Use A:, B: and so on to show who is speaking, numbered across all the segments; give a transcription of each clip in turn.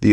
A: The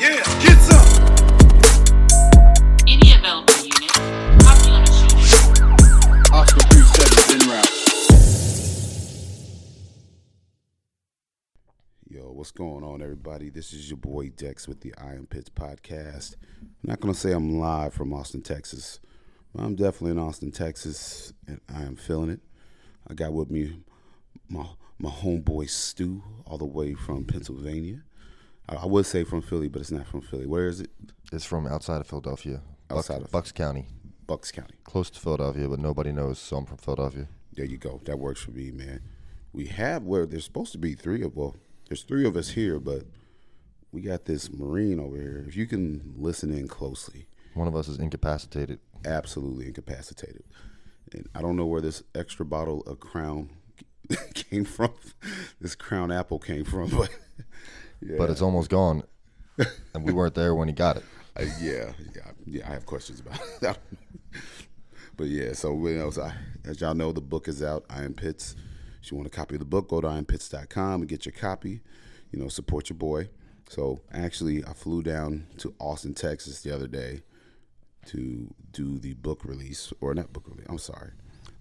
B: Yeah, get some.
C: Any available unit, copy on a shooting.
B: Oscar 37 in route.
A: Yo, what's going on, everybody? This is your boy Dex with the Iron Pits podcast. I'm not gonna say I'm live from Austin, Texas, but I'm definitely in Austin, Texas, and I am feeling it. I got with me my my homeboy Stu, all the way from Pennsylvania. I, I would say from Philly, but it's not from Philly. Where is it?
D: It's from outside of Philadelphia, Bucks,
A: Outside of-
D: Bucks County,
A: Bucks County.
D: close to Philadelphia, but nobody knows. So I'm from Philadelphia.
A: There you go. That works for me, man. We have where there's supposed to be three of well, there's three of us here, but we got this Marine over here. If you can listen in closely,
D: One of us is incapacitated.
A: absolutely incapacitated. And I don't know where this extra bottle of Crown came from. This Crown apple came from, but yeah,
D: But it's almost gone, and we weren't there when he got it.
A: Uh, yeah, yeah, yeah. I have questions about that. but yeah, so what else? I, as y'all know, the book is out. Iron Pits. If you want a copy of the book, go to ironpits.com and get your copy. You know, support your boy. So actually, I flew down to Austin, Texas, the other day to do the book release, or not book release. I'm sorry,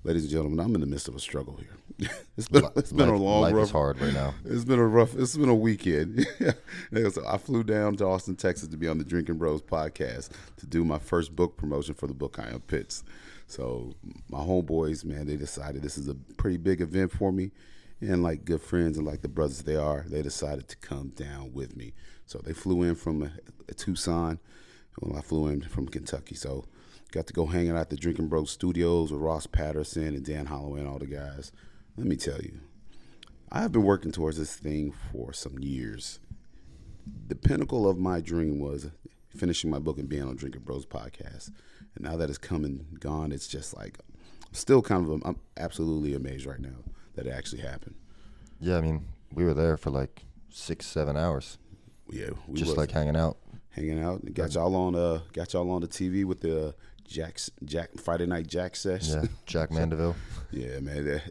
A: ladies and gentlemen. I'm in the midst of a struggle here. it's been it's been
D: Life-
A: a long
D: life
A: rough
D: is hard right now.
A: it's been a rough. It's been a weekend. Yeah, so I flew down to Austin, Texas, to be on the Drinking Bros podcast to do my first book promotion for the book I am Pitts. So my homeboys, man, they decided this is a pretty big event for me, and like good friends and like the brothers they are, they decided to come down with me. So they flew in from uh, Tucson. Well, I flew in from Kentucky, so got to go hanging out at the Drinking Bros Studios with Ross Patterson and Dan Holloway and all the guys. Let me tell you, I've been working towards this thing for some years. The pinnacle of my dream was finishing my book and being on Drinking Bros podcast. And now that it's come and gone, it's just like I'm still kind of I'm absolutely amazed right now that it actually happened.
D: Yeah, I mean, we were there for like six, seven hours,
A: Yeah, we
D: just
A: was
D: like hanging out.
A: hanging out. and Got y'all on uh got y'all on the TV with the Jack's Jack Friday night Jack sesh.
D: Yeah, Jack Mandeville.
A: Yeah, man. That,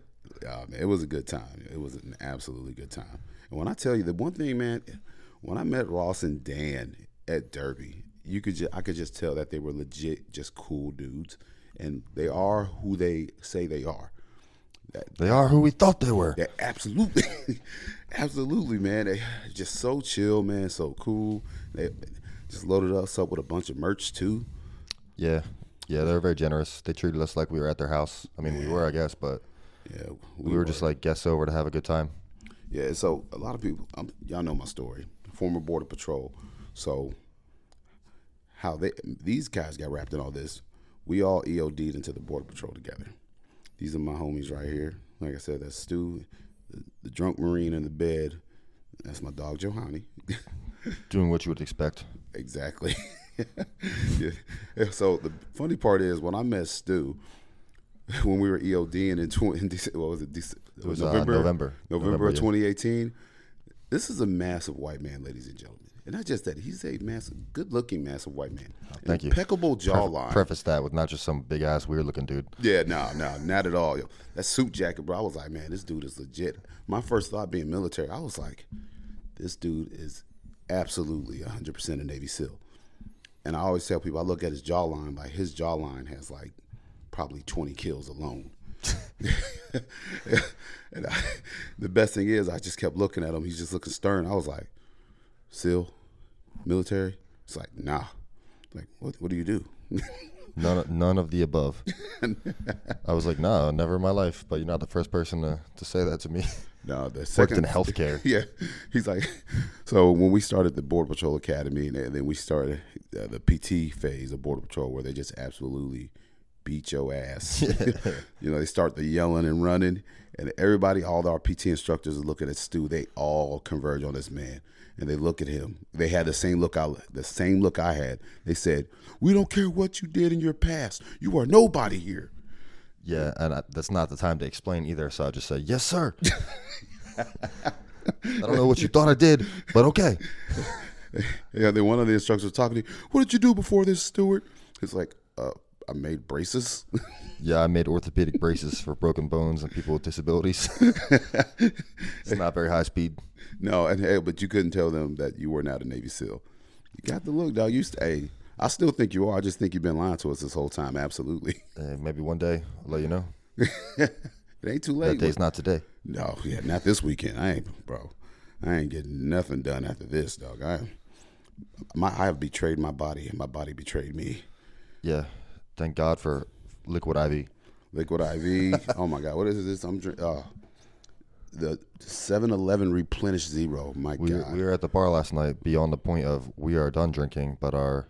A: ah, man, it was a good time. It was an absolutely good time. And when I tell you the one thing, man, when I met Ross and Dan at Derby, you could just, I could just tell that they were legit, just cool dudes, and they are who they say they are.
D: They are who we thought they were.
A: Yeah, absolutely, absolutely, man. They just so chill, man. So cool. They just loaded us up with a bunch of merch too.
D: Yeah, yeah, they were very generous. They treated us like we were at their house. I mean, we were, I guess, but
A: Yeah,
D: we were just like guests over to have a good time.
A: Yeah, so a lot of people, um, y'all know my story. Former border patrol, so how they these guys got wrapped in all this. We all EOD'd into the border patrol together. These are my homies right here. Like I said, that's Stu, the, the drunk marine in the bed. That's my dog Johanny.
D: Doing what you would expect.
A: exactly. yeah. Yeah, So the funny part is when I met Stu, when we were E EODing in, 20, in Dece- what was it? Dece- it
D: was, uh, November.
A: November,
D: November,
A: of
D: yeah.
A: 2018. This is a massive white man, ladies and gentlemen. And not just that, he's a massive, good-looking, massive white man.
D: Oh, thank you.
A: Impeccable
D: Pref-
A: jawline.
D: Preface that with not just some big ass weird looking dude.
A: Yeah, no, no, not at all. Yo, that suit jacket, bro. I was like, man, this dude is legit. My first thought being military, I was like, this dude is absolutely 100% a Navy SEAL. And I always tell people, I look at his jawline, like his jawline has like probably 20 kills alone. and I, the best thing is, I just kept looking at him. He's just looking stern. I was like, SEAL, military? It's like, nah. Like, what, what do you do?
D: None, none of the above. I was like, no, never in my life. But you're not the first person to, to say that to me.
A: no, the
D: Worked in
A: second,
D: healthcare.
A: yeah. He's like, so when we started the Border Patrol Academy, and then then we started uh, the PT phase of Border Patrol, where they just absolutely beat your ass. you know, they start the yelling and running, and everybody, all our PT instructors are looking at Stu. They all converge on this man, and they look at him. They had the same look I, the same look I had. They said, "We don't care what you did in your past. You are nobody here."
D: Yeah, and I, that's not the time to explain either. So I just said, yes, sir. I don't know what you thought I did, but okay.
A: Yeah, then one of the instructors was talking to you. What did you do before this, Stewart? It's like, uh, I made braces.
D: Yeah, I made orthopedic braces for broken bones and people with disabilities. it's not very high speed.
A: no, and hey, but you couldn't tell them that you were not a Navy SEAL. You got the look, dog. You st- hey, I still think you are. I just think you've been lying to us this whole time. Absolutely,
D: Uh, maybe one day I'll let you know.
A: it ain't too
D: That
A: late.
D: day's not today.
A: No, yeah, not this weekend. I ain't, bro. I ain't getting nothing done after this, dog. I, my, I have betrayed my body, and my body betrayed me.
D: Yeah, thank God for liquid IV.
A: Liquid IV. oh my God, what is this? I'm drinking. Oh, the 7-Eleven Replenish Zero. My
D: We,
A: God,
D: we were at the bar last night beyond the point of we are done drinking, but our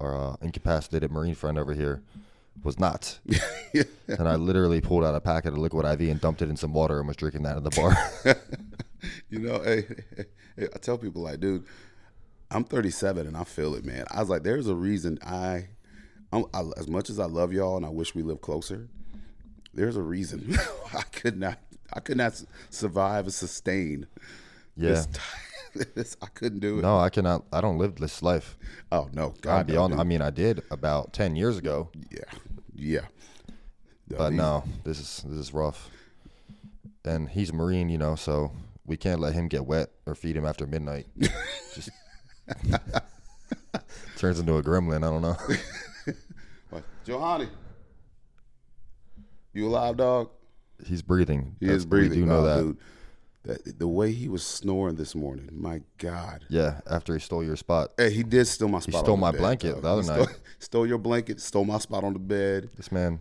D: our uh, incapacitated Marine friend over here was not. And I literally pulled out a packet of liquid IV and dumped it in some water and was drinking that in the bar.
A: you know, hey, hey, I tell people like, dude, I'm 37 and I feel it, man. I was like, there's a reason I, I'm, I as much as I love y'all and I wish we lived closer, there's a reason I could not, I could not s- survive and sustain.
D: yeah.
A: This, this- I couldn't do it.
D: No, I cannot. I don't live this life.
A: Oh no, God,
D: I'm
A: no,
D: beyond.
A: dude.
D: I mean, I did about ten years ago,
A: yeah, yeah. No,
D: but
A: these-
D: no, this is this is rough. And he's a Marine, you know, so we can't let him get wet or feed him after midnight. Just turns into a gremlin. I don't know.
A: What? Johanny, you alive, dog?
D: He's breathing.
A: He
D: That's-
A: is breathing. Oh,
D: We do know
A: dog,
D: that.
A: dude. That- The way he was snoring this morning, my God.
D: Yeah, after he stole your spot,
A: Hey, he did steal my spot.
D: stole
A: on the
D: my
A: bed,
D: blanket
A: dog.
D: the other
A: He stole,
D: night.
A: Stole your blanket. Stole my spot on the bed.
D: this man.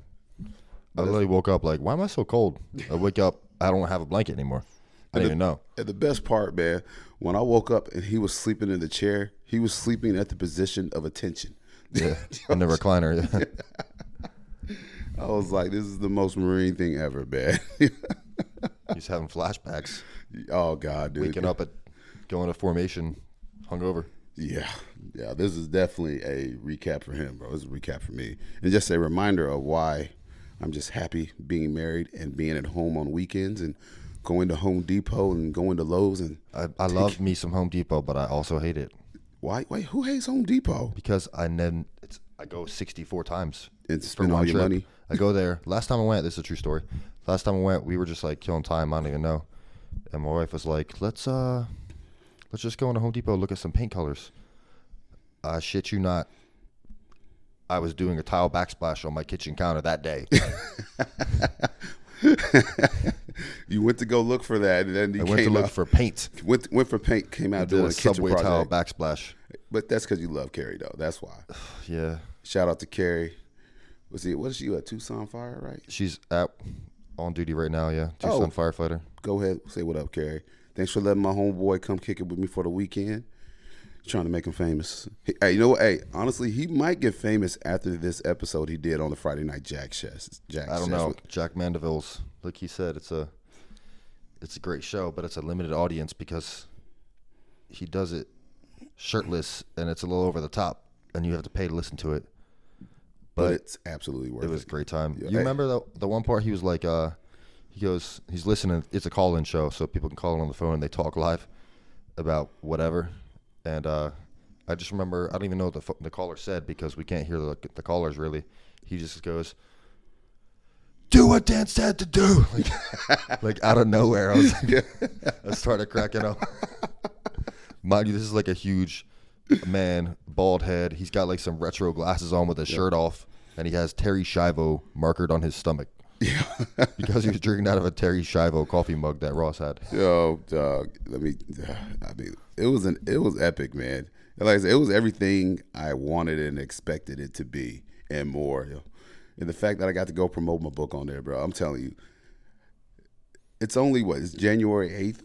D: I literally woke up like, why am I so cold? I wake up, I don't have a blanket anymore. I didn't even know.
A: And the best part, man, when I woke up and he was sleeping in the chair, he was sleeping at the position of attention.
D: Yeah, in the recliner. yeah.
A: I was like, this is the most marine thing ever, man.
D: He's having flashbacks.
A: oh God, dude.
D: Waking up at going to formation, hungover.
A: Yeah, yeah. This is definitely a recap for him, bro. This is a recap for me, and just a reminder of why I'm just happy being married and being at home on weekends and going to Home Depot and going to Lowe's and
D: I, I love me some Home Depot, but I also hate it
A: why? Wait, who hates Home Depot?
D: because I then it's I go 64 times
A: And
D: for
A: spend
D: one
A: all your
D: trip.
A: money.
D: I go there. Last time I went, this is a true story. Last time I went, we were just like killing time. I don't even know. And my wife was like, "Let's uh, let's just go into Home Depot look at some paint colors." I shit you not. I was doing a tile backsplash on my kitchen counter that day.
A: You went to go look for that, and then you
D: I went to
A: came
D: look
A: out-
D: for paint.
A: went went for paint. Came out
D: Did
A: doing
D: a
A: a kitchen
D: subway tile
A: project,
D: backsplash.
A: but that's because you love Carrie, though. That's why.
D: Yeah,
A: Shout out to Carrie. Was he? What is she? A Tucson fire, right?
D: she's at on duty right now. Yeah, Tucson
A: Oh.
D: firefighter.
A: go ahead, say what up, Carrie. Thanks for letting my homeboy come kick it with me for the weekend. Trying to make him famous. He- Hey, you know what? Hey, honestly, he might get famous after this episode he did on the Friday Night Jack Chess. Jack
D: I
A: Chess
D: don't know.
A: with-
D: Jack Mandeville's, like he said, it's a it's a great show, but it's a limited audience because he does it shirtless and it's a little over the top, and you have to pay to listen to it.
A: but
D: But
A: it's absolutely worth
D: it
A: it.
D: was a great time.
A: Yeah,
D: You
A: I-
D: remember the the one part he was like, uh, he goes, he's listening. It's a call in show, so people can call in on the phone and they talk live about whatever. And uh, I just remember, I don't even know what the pho- the caller said because we can't hear the the callers really. He just goes, "Do what Dan said to do," like, like out of nowhere. I was like, I started cracking up. Mind you, this is like a huge man, bald head. He's got like some retro glasses on with his shirt off, and he has Terry Shivo markered on his stomach. because he was drinking out of a Terry Shivo coffee mug that Ross had.
A: Yo, dog. Let me. I mean, it was an it was epic, man. And Like I said, it was everything I wanted and expected it to be, and more. yo. And the fact that I got to go promote my book on there, bro. I'm telling you, it's only what it's January eighth,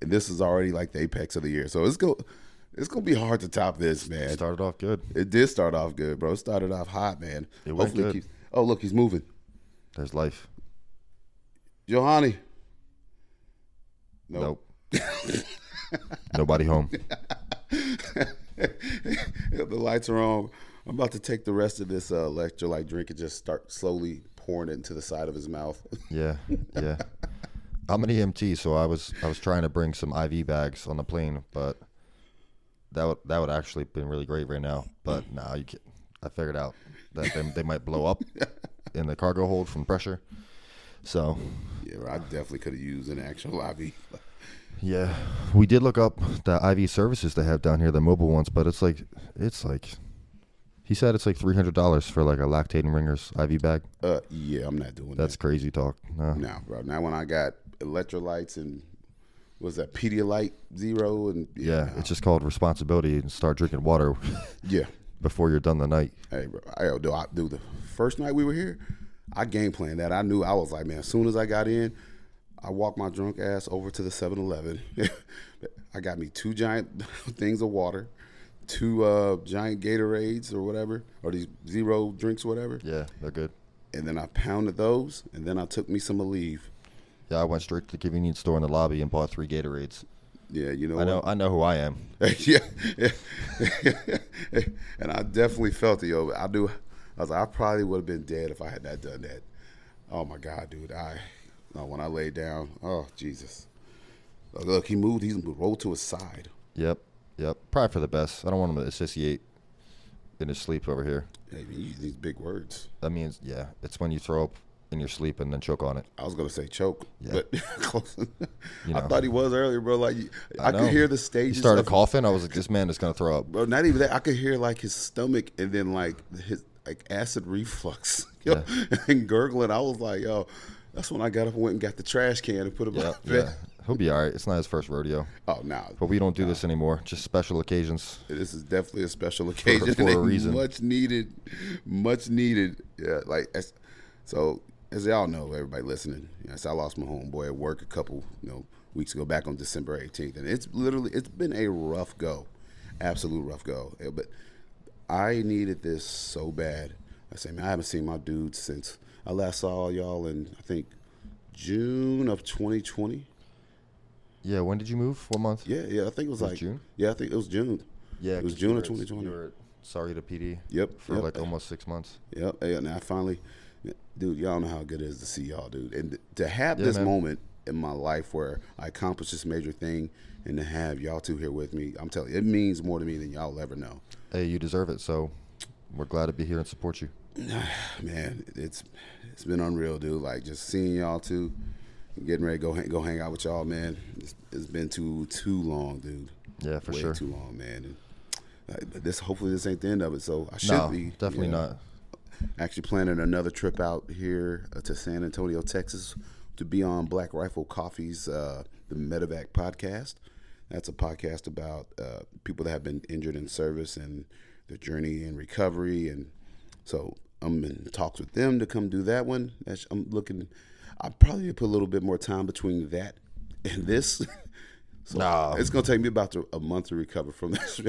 A: and this is already like the apex of the year. So it's go, it's gonna be hard to top this, man.
D: Started off good.
A: It did start off good, bro. It started off hot, man.
D: It went
A: Hopefully
D: good.
A: keeps- oh, look, he's moving.
D: There's life.
A: Johanny. Nope.
D: Nope. Nobody home.
A: Yeah, the lights are on. I'm about to take the rest of this uh, lecture like drink and just start slowly pouring it into the side of his mouth.
D: Yeah, yeah. I'm an EMT, so I was I was trying to bring some IV bags on the plane, but that would that would actually been really great right now. But now you can, I figured out that they, they might blow up in the cargo hold from pressure. So
A: Yeah, I definitely could have used an actual IV.
D: yeah, we did look up the IV services they have down here, the mobile ones, but it's like it's like he said it's like three hundred dollars for like a lactating ringers IV bag.
A: Uh, yeah, I'm not doing
D: That's crazy talk. Nah.
A: that. No, bro. Now when I got electrolytes and was that Pedialyte Zero and
D: Yeah,
A: no.
D: it's just called responsibility and start drinking water
A: yeah.
D: before you're done the night.
A: Hey, bro. I, do I do the first night we were here, I game planned that. I knew I was like, man. As soon as I got in, I walked my drunk ass over to the 7-Eleven. I got me two giant things of water, two uh, giant Gatorades or whatever, or these zero drinks, or whatever.
D: Yeah, they're good.
A: And then I pounded those, and then I took me some Aleve.
D: Yeah, I went straight to the convenience store in the lobby and bought three Gatorades.
A: Yeah, you know.
D: I
A: what?
D: know, I know who I am.
A: yeah, yeah. and I definitely felt it, yo. I do. I was like, I probably would have been dead if I had not done that. Oh my God, dude! I oh, when I laid down, oh Jesus! Look, look, he moved. He rolled to his side.
D: Yep, yep. Probably for the best. I don't want him to asphyxiate in his sleep over here.
A: Hey, you use these big words.
D: That means, yeah, it's when you throw up in your sleep and then choke on it.
A: I was gonna say choke,
D: Yeah.
A: but close.
D: You
A: I
D: know.
A: thought he was earlier, bro. Like I,
D: know.
A: could hear the stage.
D: He started coughing. I was like, this man is gonna throw up.
A: bro. Not even that. I could hear like his stomach and then like his like acid reflux yo, and gurgling. I was like, yo, that's when I got up and went and got the trash can and put him
D: Yeah,
A: out.
D: yeah. He'll be all right. It's not his first rodeo,
A: Oh no,
D: but we don't do this anymore. Just special occasions.
A: this is definitely a special occasion
D: for a
A: and
D: reason.
A: Much needed, much needed. Yeah, like as, so as y'all know, everybody listening. Yes, I lost my homeboy at work a couple you know weeks ago, back on December eighteenth, and it's literally it's been a rough go, absolute rough go. Yeah, But I needed this so bad. I say, man, I haven't seen my dude since I last saw y'all in I think June of twenty twenty.
D: Yeah. When did you move? What month?
A: Yeah, yeah, I think it was,
D: Was it
A: like
D: June?
A: Yeah, I think it was June. it was
D: 'cause
A: June
D: you
A: of
D: were-
A: twenty twenty.
D: you were Sorry to PD.
A: Yep,
D: For
A: yep.
D: like almost six months.
A: Yep. yeah, And I finally, dude, y'all know how good it is to see y'all, dude. And to have
D: Yeah,
A: this
D: man.
A: moment in my life where I accomplished this major thing and to have y'all two here with me, I'm telling you, it means more to me than y'all ever know.
D: Hey, you deserve it. So we're glad to be here and support you.
A: Man, it's it's been unreal, dude. Like just seeing y'all two, getting ready to go hang, go hang out with y'all, man. It's, it's been too too long, dude.
D: Yeah, for
A: Way
D: sure.
A: too long, man. And uh, but this hopefully this ain't the end of it. So I should
D: no,
A: be
D: definitely
A: yeah.
D: not.
A: actually planning another trip out here uh, to San Antonio, Texas, to be on Black Rifle Coffee's uh, the Medevac podcast. That's a podcast about uh, people that have been injured in service and their journey and recovery, and so I'm in talks with them to come do that one. That's, I'm looking. I probably put a little bit more time between that and this. So
D: Nah.
A: it's gonna take me about to, a month to recover from this.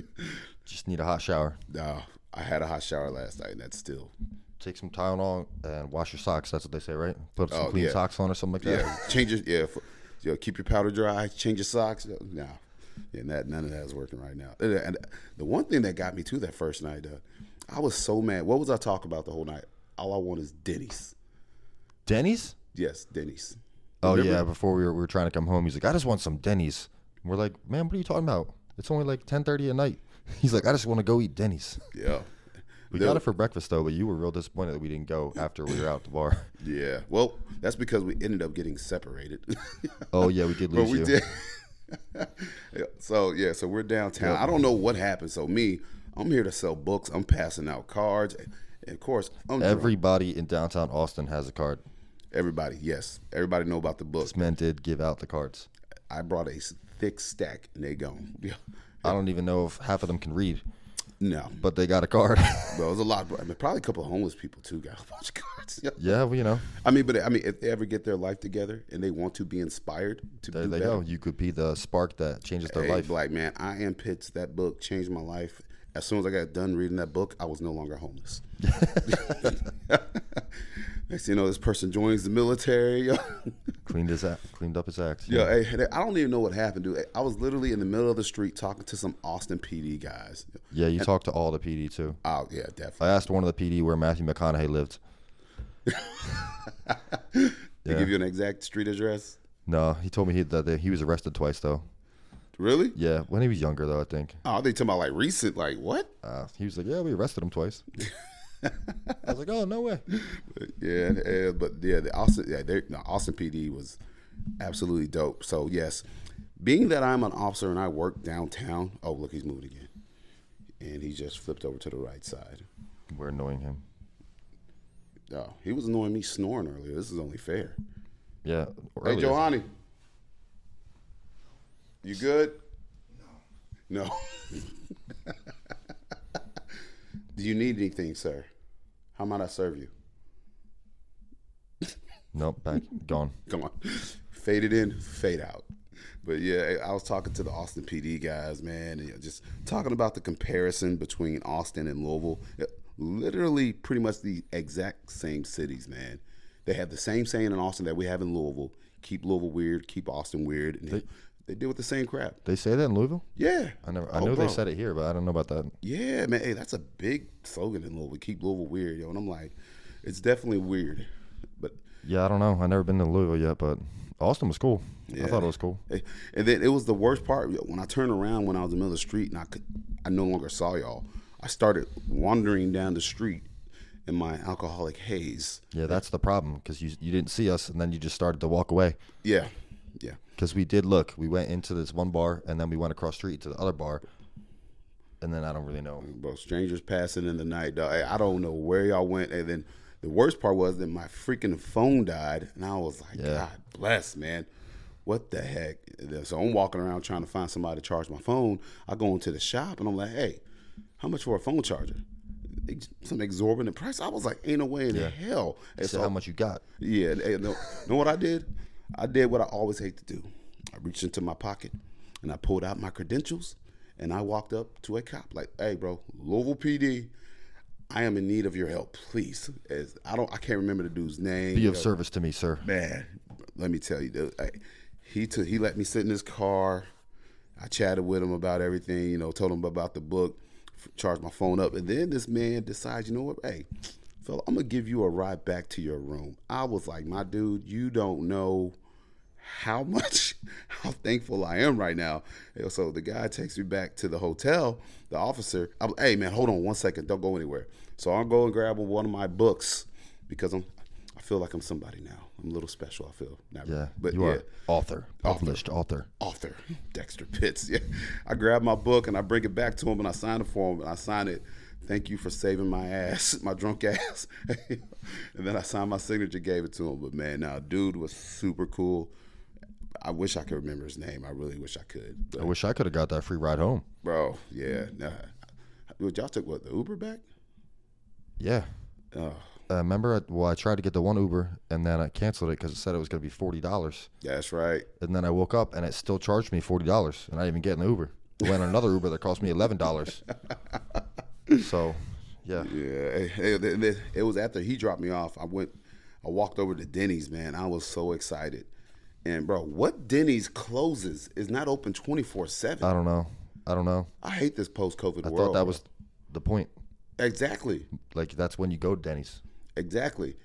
D: Just need a hot shower.
A: nah, I had a hot shower last night, and that's still
D: Take some Tylenol and wash your socks. That's what they say, right? Put some
A: Oh,
D: clean
A: yeah.
D: socks on or something like that.
A: Yeah, change your yeah. f you know, keep your powder dry. Change your socks. uh, No, and that none of that is working right now. And- And the one thing that got me to that first night, uh, I was so mad. What was I talking about the whole night? All I want is Denny's.
D: Denny's?
A: Yes, Denny's.
D: Oh yeah. Before we were, we were trying to come home, he's like, "I just want some Denny's." And we're like, "Man, what are you talking about? It's only like 10:30 at night." He's like, "I just want to go eat Denny's."
A: Yeah,
D: We
A: No.
D: got it for breakfast though, but you were real disappointed that we didn't go after we were out at the bar.
A: yeah. Well, that's because we ended up getting separated.
D: Oh yeah, we did
A: But
D: lose
A: we
D: you.
A: did. Yeah, so yeah, so we're downtown. I don't know what happened. So me, I'm here to sell books. I'm passing out cards. And of course, I'm drunk.
D: Everybody in downtown Austin has a card.
A: everybody. Yes, everybody know about the books.
D: This man did give out the cards.
A: I brought a s- thick stack and they gone. Yeah.
D: I don't even know if half of them can read,
A: No, but
D: but they got a card.
A: bro, it was a lot. Bro. I mean, probably a couple of homeless people too got a bunch of cards. Yeah.
D: yeah, well, you know,
A: I mean, but I mean, if they ever get their life together and they want to be inspired to
D: there
A: do
D: they
A: better,
D: go. You could be the spark that changes their
A: hey,
D: life.
A: like man, I am Pitts. That book changed my life. As soon as I got done reading that book, I was no longer homeless. Next, thing you know, this person joins the military.
D: Cleaned his act, cleaned up his act.
A: Yo, hey, hey, I don't even know what happened, dude. I was literally in the middle of the street talking to some Austin PD guys.
D: yeah. You talked to all the PD too.
A: Oh yeah, definitely.
D: I asked one of the PD where Matthew McConaughey lived.
A: They
D: Yeah.
A: give you an exact street address.
D: No, he told me he that they, he was arrested twice though.
A: Really?
D: Yeah, when he was younger though, I think.
A: Oh, they talking about like recent? Like what?
D: Uh, he was like, "Yeah, we arrested him twice." I was like, "Oh, no way."
A: Yeah, and- and- but yeah, the Austin, yeah, they- no, Austin PD was absolutely dope. So yes, being that I'm an officer and I work downtown. Oh, look, he's moving again, and he just flipped over to the right side.
D: We're annoying him.
A: Oh, he was annoying me snoring earlier. This is only fair.
D: Yeah.
A: Hey,
D: earlier.
A: Johanny, you good? No. No. Do you need anything, sir? How might I serve you?
D: Nope. Back. Gone.
A: come on. Fade it in, fade out. But yeah, I was talking to the Austin PD guys, man, and just talking about the comparison between Austin and Louisville. Literally, pretty much the exact same cities, man. They have the same saying in Austin that we have in Louisville: "Keep Louisville weird, keep Austin weird." And they, they deal with the same crap.
D: They say that in Louisville.
A: Yeah,
D: I never. I
A: Oh,
D: know
A: bro.
D: they said it here, but I don't know about that.
A: Yeah, man, hey, that's a big slogan in Louisville: "Keep Louisville weird," yo. And I'm like, it's definitely weird, but
D: Yeah, I don't know. I never been to Louisville yet, but Austin was cool. I thought it was cool.
A: Eh, And then it was the worst part when I turned around when I was in the middle of the street and I could, I no longer saw y'all. I started wandering down the street in my alcoholic haze.
D: Yeah, that's the problem because you you didn't see us, and then you just started to walk away.
A: Yeah, yeah.
D: Because we did look. We went into this one bar, and then we went across street to the other bar, and then I don't really know.
A: Bro, strangers passing in the night, dog. Hey, I don't know where y'all went. And then the worst part was that my freaking phone died, and I was like,
D: Yeah.
A: God bless, man. What the heck? So I'm walking around trying to find somebody to charge my phone. I go into the shop and I'm like, Hey, how much for a phone charger? Ex- Some exorbitant price. I was like, Ain't no way in hell. And
D: They said
A: so-
D: how much you got.
A: yeah, and- and know, know what I did? I did what I always hate to do. I reached into my pocket and I pulled out my credentials and I walked up to a cop like, "Hey, bro, Louisville PD, I am in need of your help, please." As I don't, I can't remember the dude's name.
D: Be
A: you
D: of
A: know.
D: service to me, sir.
A: Man, let me tell you, dude. I, he took, he let me sit in his car. I chatted with him about everything, you know, told him about the book, f- charged my phone up, and then this man decides, you know what, hey, fella, I'm gonna give you a ride back to your room. I was like, my dude, you don't know how much how thankful I am right now. And so the guy takes me back to the hotel. The officer, I'm like, hey man, hold on one second, don't go anywhere. So I'll go and grab one of my books because I'm I feel like I'm somebody now. I'm a little special. I feel not
D: Yeah,
A: really, but
D: you
A: yeah,
D: are author, published author.
A: author Dexter Pitts. Yeah, I grab my book and I bring it back to him and I sign it for him and I sign it. Thank you for saving my ass, my drunk ass. and then I signed my signature, gave it to him. But man, now dude was super cool. I wish I could remember his name. I really wish I could. But,
D: I wish I could have got that free ride home.
A: bro, yeah, nah. Dude, y'all took what the Uber back?
D: Yeah.
A: Oh,
D: Uh, remember, I, well, I tried to get the one Uber, and then I canceled it because it said it was going to be forty dollars.
A: that's right.
D: And then I woke up, and it still charged me forty dollars, and I didn't even get in the Uber. I went on another Uber that cost me eleven dollars. so, yeah,
A: Yeah, it, it- it- it was after he dropped me off. I went, I walked over to Denny's, man. I was so excited. And bro, what Denny's closes is not open twenty four
D: I
A: seven.
D: don't know. I don't know.
A: I hate this post COVID
D: Uh, I
A: world.
D: thought
A: bro.
D: that was the point.
A: exactly,
D: Like that's when you go to Denny's.
A: exactly,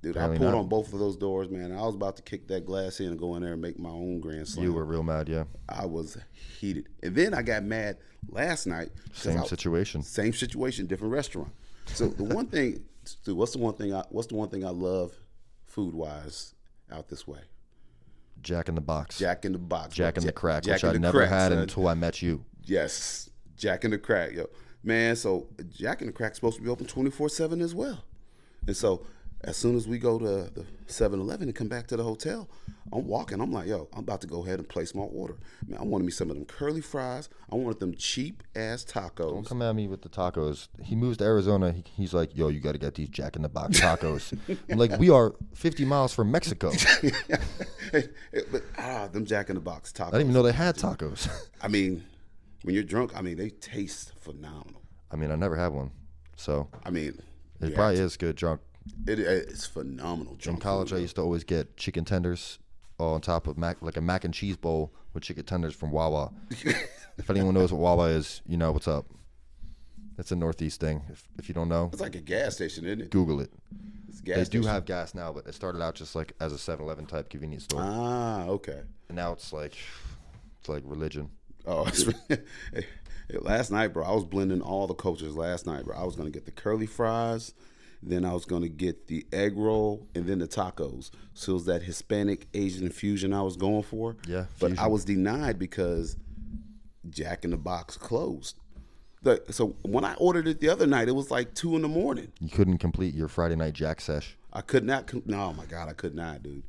A: dude. I
D: Apparently
A: pulled
D: not.
A: on both of those doors, man. I was about to kick that glass in and go in there and make my own grand slam.
D: You were real mad, yeah.
A: I was heated, and then I got mad last night. 'cause
D: Same
A: I-
D: situation.
A: Same situation, different restaurant. So the one thing, dude, what's the one thing? I, what's the one thing I love, food wise, out this way?
D: Jack in the box.
A: Jack in the box.
D: Jack in the crack,
A: Jack
D: which
A: in
D: I
A: the
D: never
A: crack,
D: had
A: son.
D: until I met you.
A: Yes, Jack in the Crack, yo, man. So Jack in the Crack's supposed to be open twenty four seven as well, and so as soon as we go to the 7-Eleven and come back to the hotel, I'm walking. I'm like, yo, I'm about to go ahead and place my order. Man, I wanted me some of them curly fries. I wanted them cheap ass tacos.
D: Come at me with the tacos. He moves to Arizona. He, he's like, yo, you got to get these Jack in the box tacos. I'm like, we are 50 miles from Mexico. I
A: but ah, them Jack in the Box tacos.
D: didn't even know they had tacos.
A: I mean, when you're drunk, I mean they taste phenomenal.
D: I mean, I never had one. So
A: I mean,
D: it
A: yeah,
D: probably is good drunk.
A: it, it's phenomenal. Drunk
D: In college, I
A: food,
D: used to always get chicken tenders on top of mac, like a mac and cheese bowl with chicken tenders from Wawa. if anyone knows what Wawa is, you know what's up. It's a Northeast thing. If, if you don't know,
A: it's like a gas station, isn't it?
D: Google it.
A: It's a gas
D: They do
A: station.
D: have gas now, but it started out just like as a 7-Eleven type convenience store,
A: Ah, okay.
D: and now it's like it's like religion.
A: Oh, last night, bro, I was blending all the cultures. Last night, bro, I was gonna get the curly fries, then I was gonna get the egg roll, and then the tacos. So it was that Hispanic Asian fusion I was going for.
D: Yeah,
A: but I
D: fusion.
A: was denied because Jack in the Box closed. The- so when I ordered it the other night, it was like two in the morning.
D: You couldn't complete your Friday night jack sesh.
A: I could not. com- No, my God, I could not, dude.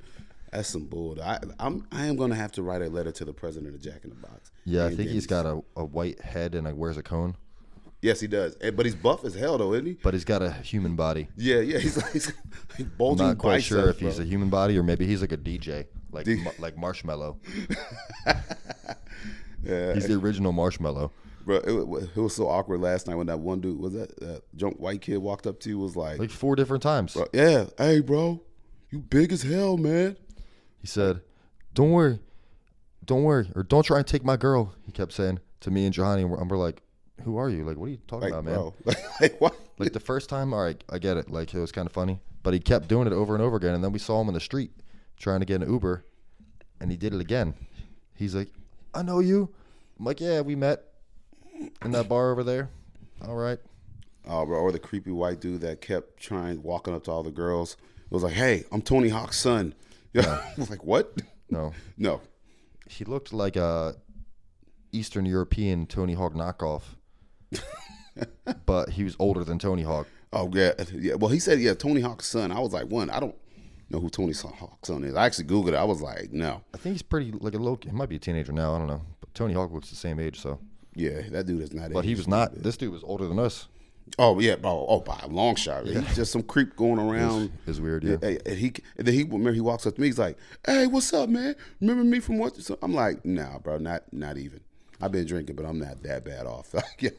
A: That's some bull. I, I'm. I am gonna have to write a letter to the president of Jack in the Box.
D: Yeah, I
A: And
D: think he's
A: Denny's.
D: got a, a white head and like wears a cone,
A: Yes, he does. Eh, But he's buff as hell, though, isn't he?
D: but he's got a human body.
A: Yeah, yeah. He's like, he's like bulging uh,
D: Not quite
A: biceps,
D: sure if he's
A: bro.
D: a human body or maybe he's like a DJ, like ma- like Marshmallow. He's the original Marshmallow.
A: Bro, it, wa- it was so awkward last night when that one dude was that uh, drunk white kid walked up to you was like,
D: Like four different times.
A: "Bro, "Yeah, hey, bro, you big as hell, man."
D: He said, "Don't worry, don't worry, or don't try and take my girl." He kept saying to me and Johnny, and we're, and we're like, "Who are you? Like, what are you talking
A: Like,
D: about, Oh, man?"
A: bro, like what?
D: Like the first time, all right, I get it. Like it was kind of funny, but he kept doing it over and over again. And then we saw him in the street trying to get an Uber, and he did it again. He's like, "I know you." I'm like, "Yeah, we met in that bar over there." All right,
A: Oh, bro, or the creepy white dude that kept trying walking up to all the girls. It was like, "Hey, I'm Tony Hawk's son." Yeah, I was like, "What?"
D: no,
A: No,
D: he looked like a Eastern European Tony Hawk knockoff, but he was older than Tony Hawk.
A: Oh yeah, yeah. Well, he said yeah, Tony Hawk's son. I was like, one, I don't know who Tony Hawk's son is. I actually googled it. I was like, no,
D: I think he's pretty like a little. He might be a teenager now. I don't know. But Tony Hawk looks the same age, so.
A: yeah, that dude is not.
D: But
A: it.
D: he was not. This dude was older than us.
A: Oh yeah, bro. Oh, by a long shot. He's just some creep going around.
D: It's weird, yeah.
A: Hey, and he and then he remember he walks up to me. He's like, "Hey, what's up, man? Remember me from what?" So I'm like, "Nah, bro, not not even. I've been drinking, but I'm not that bad off. Like, yeah,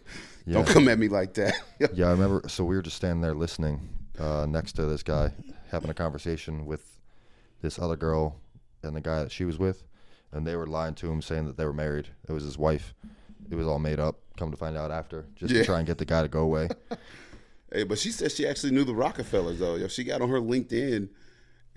A: Don't come at me like that."
D: Yeah, I remember. So we were just standing there listening uh, next to this guy having a conversation with this other girl and the guy that she was with, and they were lying to him saying that they were married. It was his wife. It was all made up. Come to find out after, just
A: Yeah.
D: to try and get the guy to go away.
A: Hey, but she said she actually knew the Rockefellers though. Yo, she got on her LinkedIn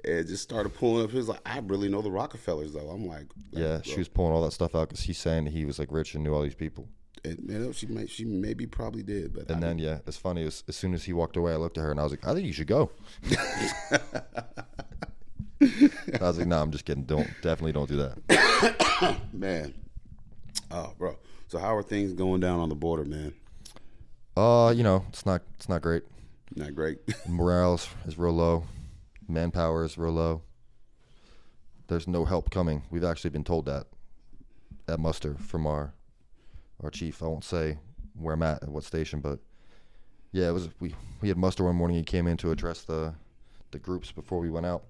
A: and just started pulling up. She was like, I really know the Rockefellers though. I'm like,
D: yeah,
A: like,
D: she
A: bro.
D: was pulling all that stuff out because he's saying that he was like rich and knew all these people.
A: And, you know, she may, she maybe probably did, but
D: And
A: I,
D: then yeah, it's funny. As, as soon as he walked away, I looked at her and I was like, I think you should go. I was like, No, I'm just kidding. Don't definitely don't do that.
A: man, oh bro. So how are things going down on the border, man?
D: Uh, you know, it's not it's not great.
A: Not great.
D: Morale is, is real low. Manpower is real low. There's no help coming. We've actually been told that at muster from our our chief. I won't say where I'm at at what station, but yeah, it was we we had muster one morning. He came in to address the the groups before we went out,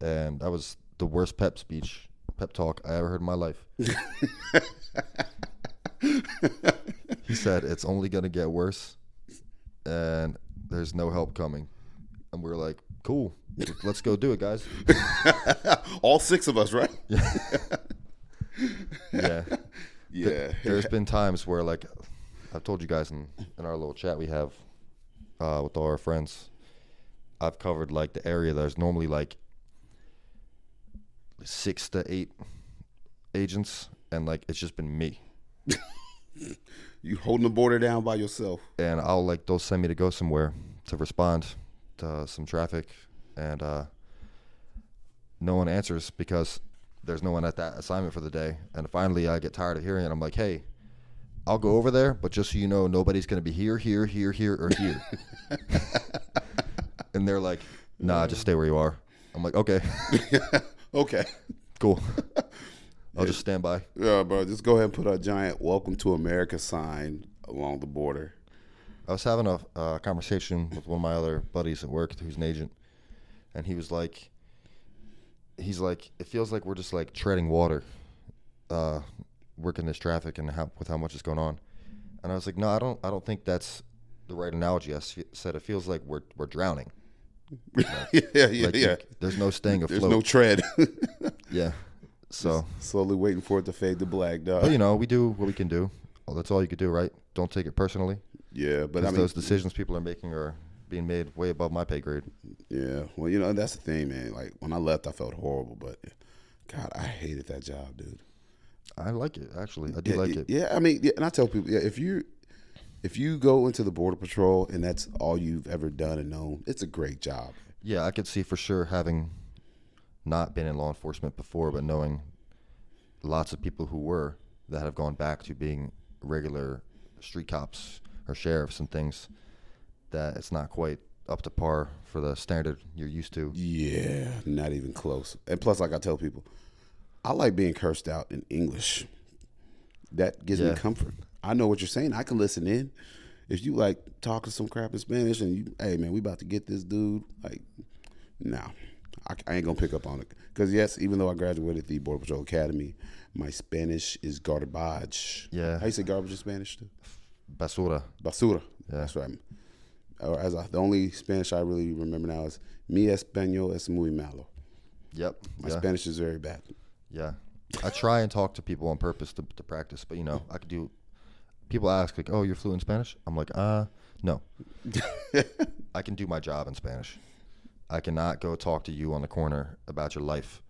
D: and that was the worst pep speech, pep talk I ever heard in my life. he said, "It's only gonna get worse." and there's no help coming. And we are like, cool, let's go do it, guys.
A: All six of us, right? Yeah.
D: yeah.
A: Yeah.
D: There's been times where, like, I've told you guys in, in our little chat we have uh, with all our friends, I've covered, like, the area there's normally, like, six to eight agents, and, like, it's just been me.
A: You holding the border down by yourself.
D: and I'll like they'll send me to go somewhere to respond to some traffic, and uh, no one answers because there's no one at that assignment for the day. And finally, I get tired of hearing it. I'm like, hey, I'll go over there, but just so you know, nobody's gonna be here, here, here, here, or here. and they're like, nah, just stay where you are. I'm like, okay,
A: Okay.
D: cool. I'll just stand by.
A: Yeah, bro. Just go ahead and put a giant "Welcome to America" sign along the border.
D: I was having a uh, conversation with one of my other buddies at work who's an agent, and he was like, he's like, it feels like we're just like treading water, uh, working this traffic and how with how much is going on, and I was like, no, I don't, I don't think that's the right analogy. I s- said it feels like we're we're drowning.
A: yeah, yeah,
D: Like,
A: yeah.
D: you- there's no staying
A: There's
D: afloat.
A: no tread.
D: yeah, so
A: Slowly waiting for it to fade to black,
D: but,
A: dog.
D: you know we do what we can do. Well, that's all you could do, right? Don't take it personally.
A: Yeah, but I
D: 'Cause
A: mean,
D: those decisions people are making are being made way above my pay grade.
A: Yeah. Well, you know, that's the thing, man. Like when I left, I felt horrible, but God, I hated that job, dude.
D: I like it actually. I do
A: yeah,
D: like
A: yeah,
D: it.
A: yeah, I mean, yeah, and I tell people, yeah, if you if you go into the border patrol and that's all you've ever done and known, it's a great job.
D: Yeah, I could see for sure having not been in law enforcement before, but knowing lots of people who were that have gone back to being regular street cops or sheriffs and things that it's not quite up to par for the standard you're used to.
A: Yeah, not even close. And plus, like I tell people, I like being cursed out in English. That gives me
D: Yeah.
A: comfort. I know what you're saying. I can listen in. If you like talking some crap in Spanish and you, hey man, we about to get this dude. Like, no, I, I ain't gonna pick up on it. Cause yes, even though I graduated the Border Patrol Academy, my Spanish is garbage.
D: Yeah.
A: how you say garbage in Spanish too?
D: Basura.
A: Basura. That's right. Or as I, the only Spanish I really remember now is mi español es muy malo.
D: Yep.
A: My
D: yeah.
A: Spanish is very bad.
D: Yeah. I try and talk to people on purpose to, to practice, but you know, I could do. People ask, like, oh, you're fluent in Spanish? I'm like, uh, no. I can do my job in Spanish. I cannot go talk to you on the corner about your life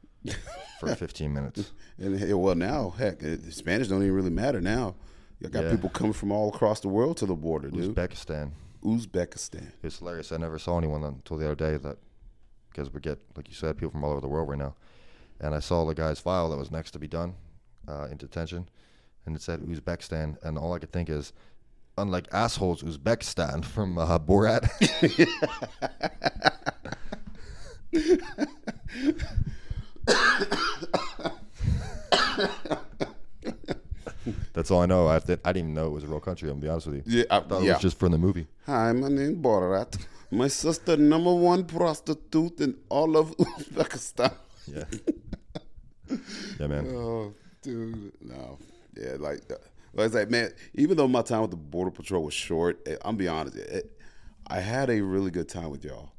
D: for 15 minutes.
A: And hey, well, now heck, it- Spanish don't even really matter now. You got
D: Yeah.
A: people coming from all across the world to the border, dude.
D: Uzbekistan.
A: Uzbekistan.
D: It's hilarious. I never saw anyone until the other day that, because we get, like you said, people from all over the world right now. And I saw the guy's file that was next to be done uh, in detention, and it said Uzbekistan. And all I could think is, unlike assholes, Uzbekistan from uh, Borat. That's all I know. I, th- I didn't even know it was a real country. I'm gonna be honest with you.
A: Yeah, I-
D: I thought it
A: yeah.
D: was just from the movie.
A: Hi, my name Borat. My sister, number one prostitute in all of Uzbekistan.
D: Yeah. yeah, man.
A: Oh, dude, no, yeah, like, uh, like I said, man. Even though my time with the Border Patrol was short, eh, I'm be honest, it, I had a really good time with y'all.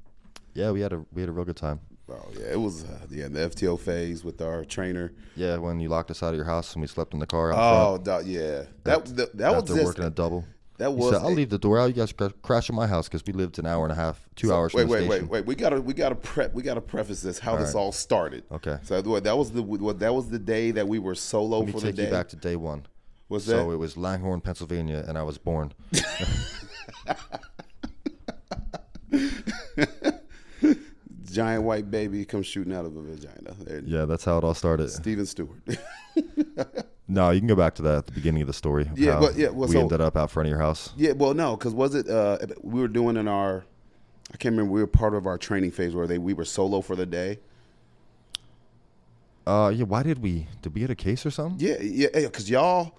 D: Yeah, we had a we had a real good time.
A: Oh yeah, it was uh, yeah in the FTO phase with our trainer.
D: Yeah, when you locked us out of your house and we slept in the car out
A: Oh, dog, yeah, that that, that was
D: front after
A: just
D: working a double.
A: that
D: He
A: was
D: said, "I'll
A: a-
D: leave the door out. You guys cr- crash at my house because we lived an hour and a half, two hours
A: Wait,
D: from the
A: wait, wait,
D: station."
A: wait. We gotta, we gotta prep. We gotta preface this how this all started.
D: Okay.
A: So the- that was the what that was the day that we were solo
D: Let me
A: for
D: take
A: the day.
D: you back to day one.
A: What's
D: so
A: that?
D: it was Langhorne, Pennsylvania, and I was born.
A: Giant white baby comes shooting out of a vagina. There-
D: yeah, that's how it all started.
A: Steven Stewart.
D: No, you can go back to that at the beginning of the story. of
A: Yeah,
D: how
A: but- yeah, well,
D: we
A: so-
D: ended up out front of your house.
A: yeah. Well, no, because was it uh we were doing in our I can't remember. We were part of our training phase where they we were solo for the day.
D: Uh, yeah. Why did we? Did we get a case or something?
A: Yeah, yeah, because y'all.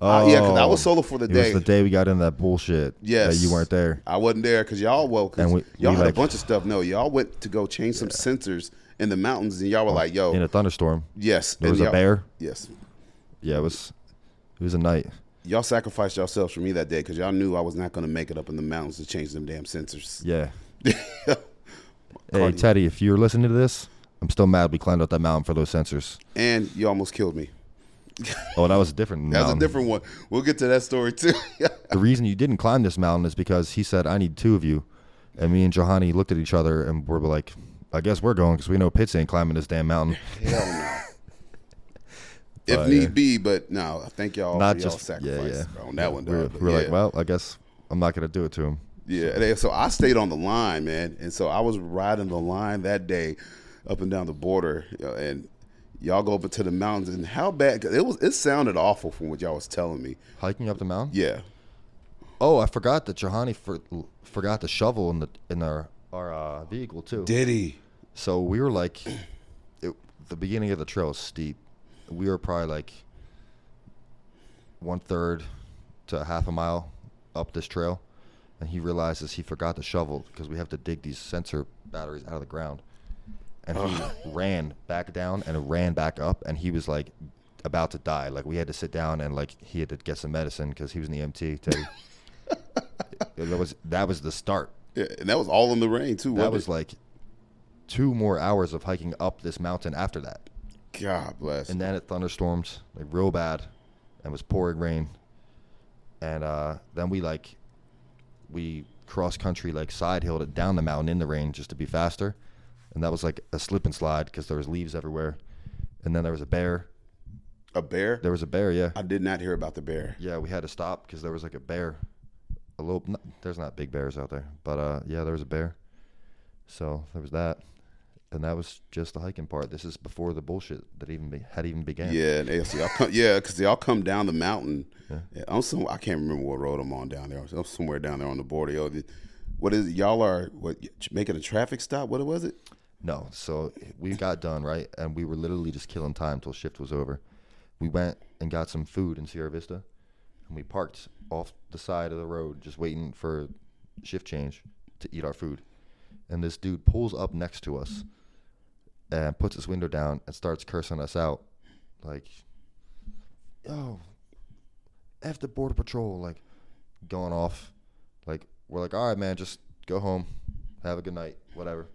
A: uh, yeah, because I was solo for the
D: it
A: day.
D: was the day we got in that bullshit.
A: Yes,
D: that you weren't there.
A: I wasn't there because y'all well, cause
D: And we-
A: y'all
D: we
A: had a
D: like-
A: bunch of stuff. No, y'all went to go change some sensors in the mountains, and y'all were like, "Yo,
D: Oh, in a thunderstorm.
A: yes."
D: There
A: and
D: was a
A: y'all-
D: bear.
A: Yes,
D: Yeah, it was it was a night.
A: y'all sacrificed yourselves for me that day because y'all knew I was not going to make it up in the mountains to change them damn sensors.
D: Yeah. Hey Teddy, if you're listening to this, I'm still mad we climbed up that mountain for those sensors.
A: and you almost killed me.
D: Oh, that was a different
A: That's
D: mountain.
A: a different one. We'll get to that story too.
D: the reason you didn't climb this mountain is because he said, I need two of you. And me and Johanny looked at each other and we're like, I guess we're going because we know Pitts ain't climbing this damn mountain.
A: Hell no. If
D: But,
A: need
D: yeah.
A: be, but no, I thank y'all
D: Not
A: for y'all
D: just yeah,
A: sacrifice
D: yeah.
A: on that one.
D: We were,
A: dog, but
D: we were like,
A: yeah.
D: well, I guess I'm not gonna do it to him.
A: Yeah, and they- so I stayed on the line, man, and so I was riding the line that day, up and down the border, you know, and y'all go up into the mountains. And how bad? 'cause it was. It sounded awful from what y'all was telling me.
D: Hiking up the mountain.
A: Yeah,
D: Oh, I forgot that Johanny for, forgot the shovel in the in our our uh, vehicle too.
A: Diddy.
D: So we were like, it, the beginning of the trail is steep. We were probably like one third to a half a mile up this trail, and he realizes he forgot the shovel because we have to dig these sensor batteries out of the ground. And he ran back down and ran back up, and he was like about to die. Like we had to sit down and like he had to get some medicine because he was an EMT. Teddy. that was that was the start
A: Yeah, and that was all in the rain too.
D: that
A: wasn't
D: was
A: it?
D: like two more hours of hiking up this mountain after that
A: God bless.
D: and then it thunderstormed like real bad and was pouring rain and uh, then we like we cross country like side hilled it down the mountain in the rain just to be faster, and that was like a slip and slide because there was leaves everywhere, and then there was a bear.
A: A bear?
D: There was a bear, yeah,
A: I did not hear about the bear.
D: yeah. We had to stop because there was like a bear, a little. Not, there's not big bears out there, but uh, yeah, there was a bear. So there was that, and that was just the hiking part. This is before the bullshit that even be, had even began.
A: Yeah, and they, so y'all come, yeah, because y'all come down the mountain. Yeah, I'm some, I can't remember what road I'm on down there. I'm somewhere down there on the border. Yo, the- what is y'all are what making a traffic stop? What was it?
D: No. So we got done, right? And we were literally just killing time till shift was over. We went and got some food in Sierra Vista and we parked off the side of the road just waiting for shift change to eat our food. And this dude pulls up next to us and puts his window down and starts cursing us out like, yo, F the Border Patrol, like going off. Like, we're like, all right, man, just go home, have a good night, whatever.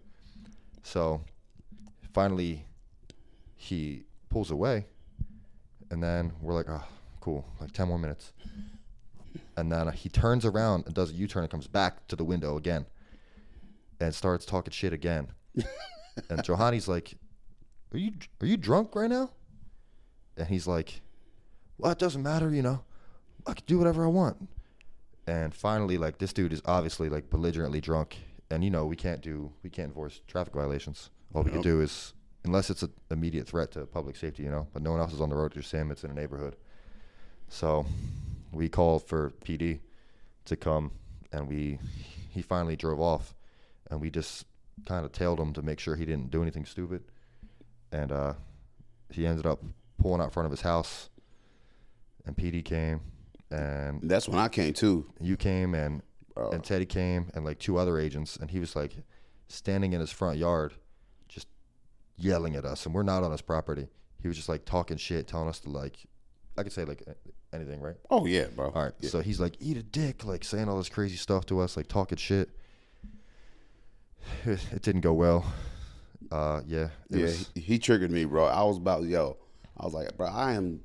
D: So finally, he pulls away, and then we're like, oh, cool, like 10 more minutes. And then uh, he turns around and does a U turn and comes back to the window again and starts talking shit again. and Johanny's like, are you, are you drunk right now? And he's like, Well, it doesn't matter, you know, I can do whatever I want. And finally, like this dude is obviously like belligerently drunk, and you know we can't do we can't enforce traffic violations. All we can do is unless it's an immediate threat to public safety, you know. But no one else is on the road. Just saying it's in a neighborhood. So we called for PD to come, and we he finally drove off, and we just kind of tailed him to make sure he didn't do anything stupid, and uh, he ended up pulling out front of his house, and PD came, and
A: That's when I came too. Uh,
D: you came and and Teddy came and like two other agents and he was like standing in his front yard just yelling at us and we're not on his property. He was just like talking shit, telling us to like I could say like a- anything, right?
A: Oh yeah, bro.
D: All right. So he's like eat a dick, like saying all this crazy stuff to us, like talking shit. It didn't go well. Uh yeah. It
A: Yeah,
D: was-
A: he, he triggered me, bro. I was about yo. I was like, bro, I am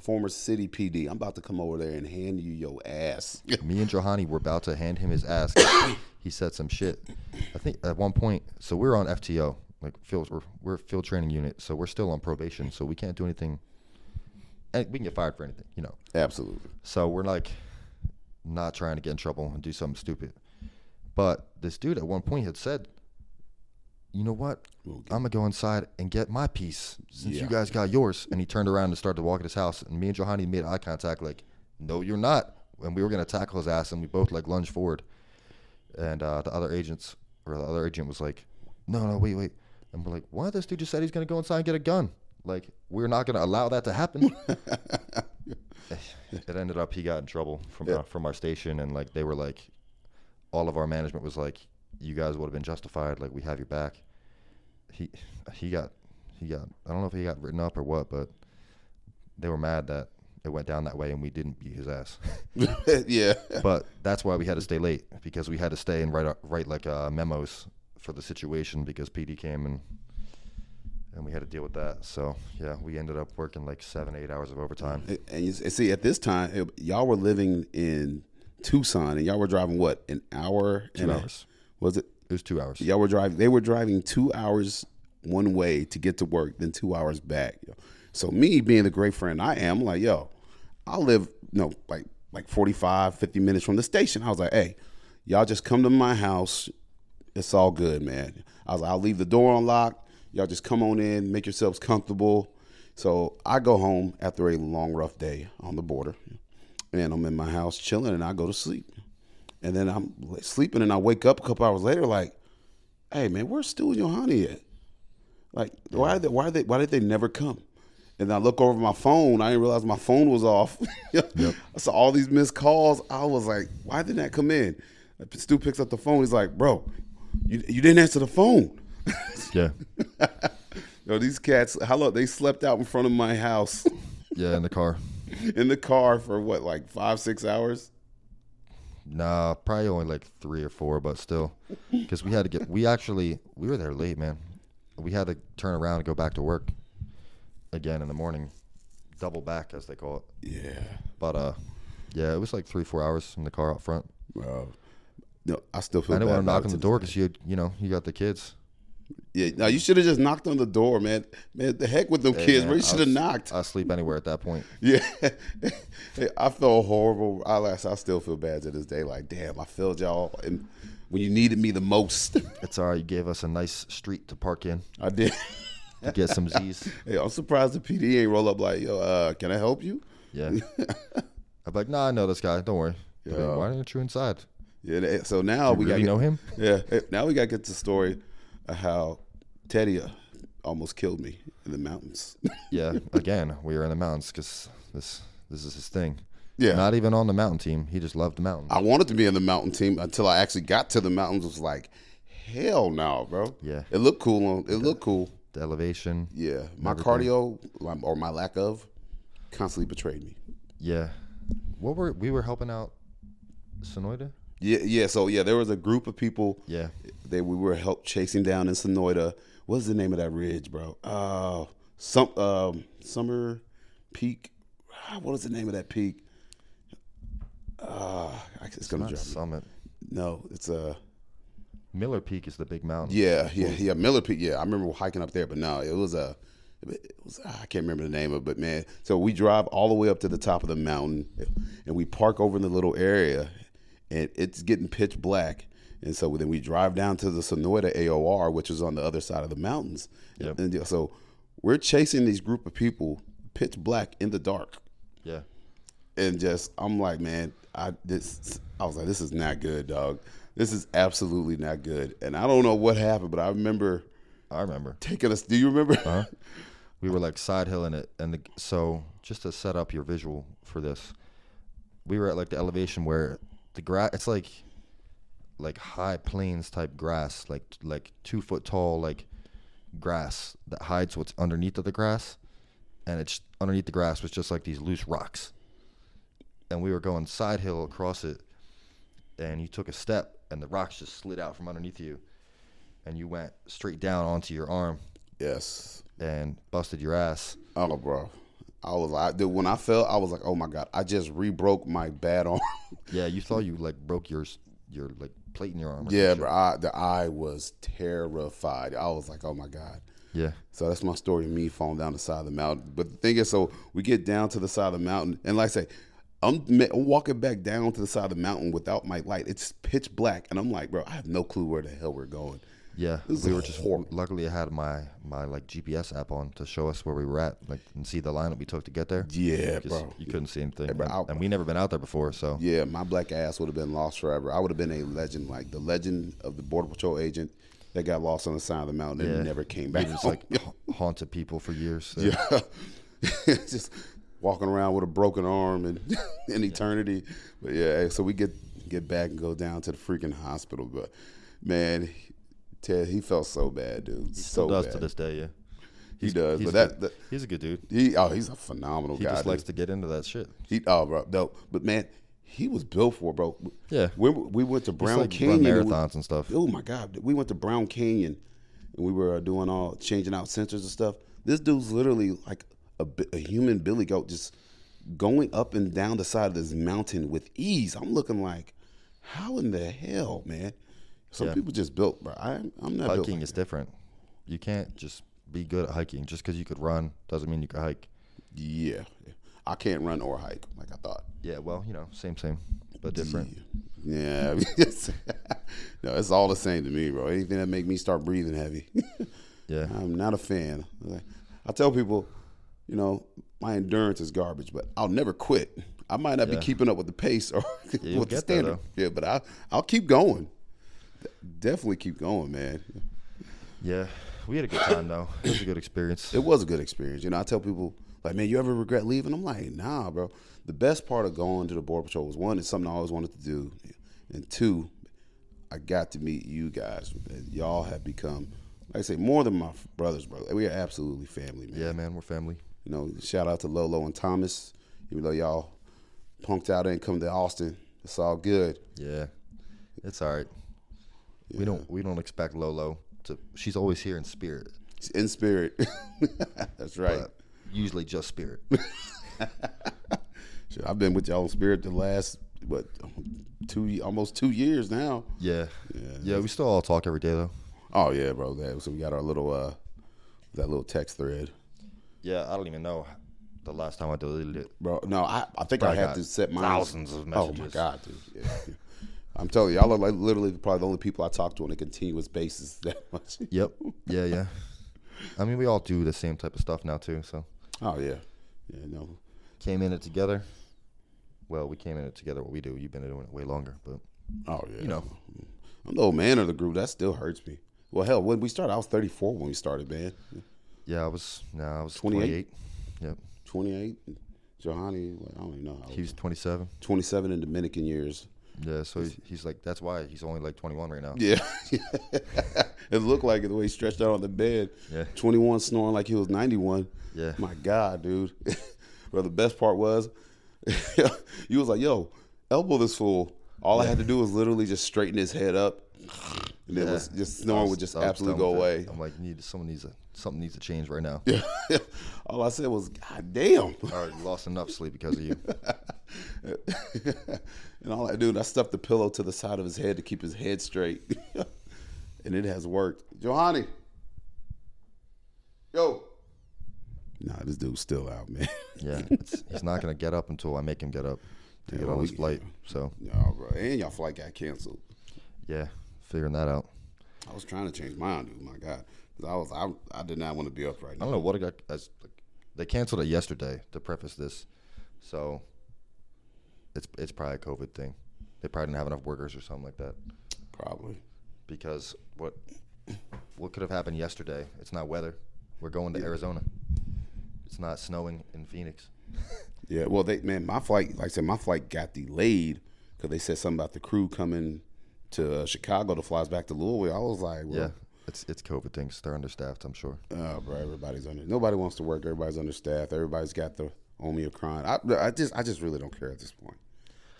A: former city PD. I'm about to come over there and hand you your ass.
D: me and Johanny were about to hand him his ass. he said some shit. I think at one point, so we're on FTO, like field, we're, we're a field training unit, so we're still on probation, so we can't do anything. And we can get fired for anything, you know.
A: Absolutely.
D: So we're like, not trying to get in trouble and do something stupid. But this dude at one point had said, "You know what? I'm gonna go inside and get my piece since
A: Yeah.
D: you guys got yours." And he turned around and started to walk at his house. And me and Johanny made eye contact, like, "No, you're not." And we were gonna tackle his ass, and we both like lunged forward. And uh, the other agents, or the other agent, was like, "No, no, wait, wait." And we're like, "What? This dude just said he's gonna go inside and get a gun. Like, we're not gonna allow that to happen." it ended up he got in trouble from uh, from our station, and like they were like, all of our management was like, you guys would have been justified. Like we have your back. He he got he got I don't know if he got written up or what, but they were mad that it went down that way and we didn't beat his ass.
A: yeah.
D: but that's why we had to stay late because we had to stay and write our- write like uh, memos for the situation because PD came and and we had to deal with that. So yeah, we ended up working like seven eight hours of overtime.
A: And you s- see, at this time, it- y'all were living in Tucson, and y'all were driving what an hour, two
D: hours.
A: was it?
D: It was two hours.
A: Y'all were driving. They were driving two hours one way to get to work, then two hours back. yo. So me being the great friend I am, like yo, I live no like like 45, 50 minutes from the station. I was like, hey, y'all just come to my house. It's all good, man. I was like, I'll leave the door unlocked. Y'all just come on in, make yourselves comfortable. So I go home after a long, rough day on the border, and I'm in my house chilling, and I go to sleep. And then I'm sleeping, and I wake up a couple hours later, like, hey man, where's Stu and Johanny at? Like, why they, why they why did they never come? And I look over my phone. I didn't realize my phone was off. I saw all these missed calls. I was like, why didn't that come in? Stu picks up the phone. He's like, bro, you, you didn't answer the phone.
D: Yeah.
A: Yo, these cats, how long they slept out in front of my house
D: Yeah, in the car.
A: in the car for what, like five, six hours?
D: Nah, probably only like three or four, but still, because we had to get. We actually we were there late, man. We had to turn around and go back to work again in the morning, double back as they call it.
A: Yeah.
D: But uh, yeah, it was like three four hours in the car out front.
A: Bro. No, I still feel.
D: I didn't
A: bad
D: want to
A: about
D: knock
A: it
D: on the
A: this
D: door
A: day.
D: because you, had- you know, you got the kids.
A: Yeah, no, you should have just knocked on the door, man. Man, the heck with them
D: Hey,
A: kids,
D: man,
A: bro. You
D: I'll
A: should have
D: s-
A: knocked.
D: I'll sleep anywhere at that point.
A: Yeah, Hey, I felt horrible. I last, I still feel bad to this day. Like, damn, I failed y'all, and when you needed me the most,
D: It's all right. You gave us a nice street to park in
A: I did.
D: to get some Z's.
A: Hey, I'm surprised the PD ain't roll up like, yo, uh, can I help you?
D: Yeah. I'm like, nah, I know this guy. Don't worry. They're like, Why aren't you inside?
A: Yeah. they- So now we
D: We really
A: got
D: know him.
A: Yeah. hey, Now we got to get the story of how Teddy uh, almost killed me in the mountains.
D: Yeah. Again, we are in the mountains because this this is his thing.
A: Yeah.
D: Not even on the mountain team. He just loved the mountains.
A: I wanted to be in the mountain team until I actually got to the mountains. It was like, hell no, bro.
D: Yeah.
A: It looked cool. On, it looked cool.
D: The elevation.
A: Yeah. My
D: Everything.
A: cardio um, or my lack of constantly betrayed me.
D: Yeah. What were we were helping out? Sonoida.
A: Yeah. Yeah. So yeah, there was a group of people.
D: Yeah.
A: They we were help chasing down in Sonoida. What's the name of that ridge, bro? Oh, some um, summer peak. Ah, What was the name of that peak? Ah, I it's gonna
D: Not
A: drop me.
D: Summit.
A: No, it's a. Uh,
D: Miller Peak is the big mountain.
A: Yeah, yeah, yeah. Miller Peak. Yeah, I remember hiking up there, but no, it was a. It was, ah, I can't remember the name of, it, but man, so we drive all the way up to the top of the mountain, and we park over in the little area, and it's getting pitch black, and so then we drive down to the Sonoida AOR, which is on the other side of the mountains,
D: Yep.
A: and so we're chasing these group of people, pitch black in the dark,
D: Yeah.
A: and just I'm like, man, I this I was like, this is not good, dog. This is absolutely not good. And I don't know what happened, but I remember
D: I remember.
A: taking us. Do you remember?
D: we were like side hilling it and the, so just to set up your visual for this we were at like the elevation where the grass it's like like high plains type grass like like two foot tall like grass that hides what's underneath of the grass and it's underneath the grass was just like these loose rocks and we were going side hill across it and you took a step and the rocks just slid out from underneath you and you went straight down onto your arm
A: yes.
D: and busted your ass.
A: Oh, bro. I was like, dude, when I fell, I was like, oh my god, I just re-broke my bad arm.
D: Yeah, you thought you like broke your s- your like plate in your arm. or some
A: yeah,
D: shit.
A: bro. I, the I was terrified. I was like, oh my god.
D: Yeah,
A: So that's my story of me falling down the side of the mountain. But the thing is, so we get down to the side of the mountain, and like I say, I'm, ma- I'm walking back down to the side of the mountain without my light. It's pitch black, and I'm like, bro, I have no clue where the hell we're going.
D: yeah.
A: This
D: we
A: is
D: were just
A: horrible.
D: luckily I had my my like GPS app on to show us where we were at, like and see the line that we took to get there.
A: Yeah,
D: 'Cause
A: bro.
D: You couldn't see anything,
A: bro,
D: and,
A: I'll-
D: and we never been out there before, so
A: Yeah, my black ass would have been lost forever. I would have been a legend, like the legend of the border patrol agent that got lost on the side of the mountain
D: Yeah.
A: and never came back.
D: we just
A: home.
D: like ha- haunted people for years. there.
A: yeah, just walking around with a broken arm and in eternity. But yeah, hey, so we get get back and go down to the freaking hospital. But man, Ted, he felt so bad, dude. so
D: still does
A: bad.
D: to this day. Yeah,
A: Oh, he does.
D: he's
A: But that,
D: good.
A: that
D: he's a good dude.
A: he oh, he's a phenomenal
D: He
A: guy.
D: just
A: dude.
D: likes to get into that shit.
A: He oh bro, no, but man, he was built for it, bro.
D: Yeah.
A: when we went to Brown
D: like run
A: Canyon, and we-
D: marathons and stuff.
A: Oh my god, we went to Brown Canyon, and we were uh, doing all changing out sensors and stuff. This dude's literally like a, bi- a human billy goat, just going up and down the side of this mountain with ease. I'm looking like, how in the hell, man? Some people just built, bro. I, I'm not built.
D: Hiking
A: like
D: is
A: that.
D: different. You can't just be good at hiking just because you could run doesn't mean you could hike.
A: Yeah, I can't run or hike like I thought.
D: Yeah, well, you know, same, same, but different.
A: Yeah, it's- no, it's all the same to me, bro. Anything that make me start breathing heavy,
D: Yeah,
A: I'm not a fan. Like, I tell people, you know, my endurance is garbage, but I'll never quit. I might not
D: Yeah.
A: be keeping up with the pace or
D: you'll
A: with the
D: get there,
A: standard, yeah, but I I'll keep going. Definitely keep going, man.
D: yeah. We had a good time though. It was a good experience.
A: It was a good experience. You know, I tell people, like, man, you ever regret leaving? I'm like, nah, bro. The best part of going to the Border Patrol was one, it's something I always wanted to do. And two, I got to meet you guys. Y'all have become, like I say, more than my brothers, bro. We are absolutely family, man.
D: Yeah, man, we're family.
A: You know, shout out to Lolo and Thomas. Even though y'all punked out and come to Austin, it's all good.
D: Yeah, it's all right. We don't we don't expect Lolo to. She's always here in spirit,
A: It's in spirit. That's right.
D: but usually just spirit.
A: Shit, I've been with y'all in spirit the last what two ye- almost two years now.
D: Yeah.
A: Yeah.
D: Yeah, we still all talk every day though.
A: Oh yeah, bro. That, so we got our little uh that little text thread.
D: Yeah, I don't even know the last time I deleted it.
A: Bro, no, I, I think I
D: Probably
A: have
D: got
A: to set my
D: thousands of
A: Oh my
D: messages.
A: god, dude! Yeah, yeah. I'm telling you, y'all are like literally probably the only people I talk to on a continuous basis that much.
D: Yep. Yeah, yeah. I mean, we all do the same type of stuff now too. So
A: Oh yeah, yeah. No,
D: came in it together. Well, we came in it together. What we do, you've been doing it way longer, but
A: oh yeah.
D: you know,
A: I'm the old man of the group. That still hurts me. Well, hell, when we started, I was 34 when we started, man.
D: yeah, I was. No, I was
A: 28?
D: 28. Yep.
A: 28, Johanny, like, I don't even know. How old.
D: He was 27.
A: 27 in Dominican years.
D: Yeah, so he's, he's like, that's why he's only like 21 right now.
A: Yeah, it looked like it the way he stretched out on the bed.
D: Yeah.
A: 21 snoring like he was 91.
D: Yeah.
A: My God, dude. well, the best part was, you was like, yo, elbow this fool. All I had to do was literally just straighten his head up, and it
D: Yeah.
A: was just
D: I
A: snoring
D: was-
A: would just
D: I was
A: absolutely
D: done
A: go
D: with it.
A: away.
D: I'm like, need someone needs a, something needs to change right now.
A: All I said was, God damn.
D: I already lost enough sleep because of you.
A: and all I do, I stuffed the pillow to the side of his head to keep his head straight. and it has worked. Johanny. Yo. Nah, this dude's still out, man.
D: Yeah, it's, he's not gonna get up until I make him get up to get
A: well,
D: on his
A: we-
D: flight. So
A: Y'all, bro. And y'all flight got canceled.
D: yeah, figuring that out.
A: I was trying to change mine, dude. My God. 'Cause I was I, I did not want to be up right
D: I
A: now.
D: don't know what I got. As, like, they canceled it yesterday to preface this, so it's it's probably a COVID thing. They probably didn't have enough workers or something like that.
A: Probably.
D: Because what what could have happened yesterday? It's not weather. We're going to Arizona. It's not snowing in Phoenix.
A: Yeah, well they man, my flight like I said, my flight got delayed because they said something about the crew coming to uh, Chicago to fly us back to Louisville. I was like, well,
D: Yeah, it's it's COVID things. They're understaffed. I'm sure.
A: Oh, bro, everybody's under. Nobody wants to work. Everybody's understaffed. Everybody's got the Omicron. I, I just, I just really don't care at this point.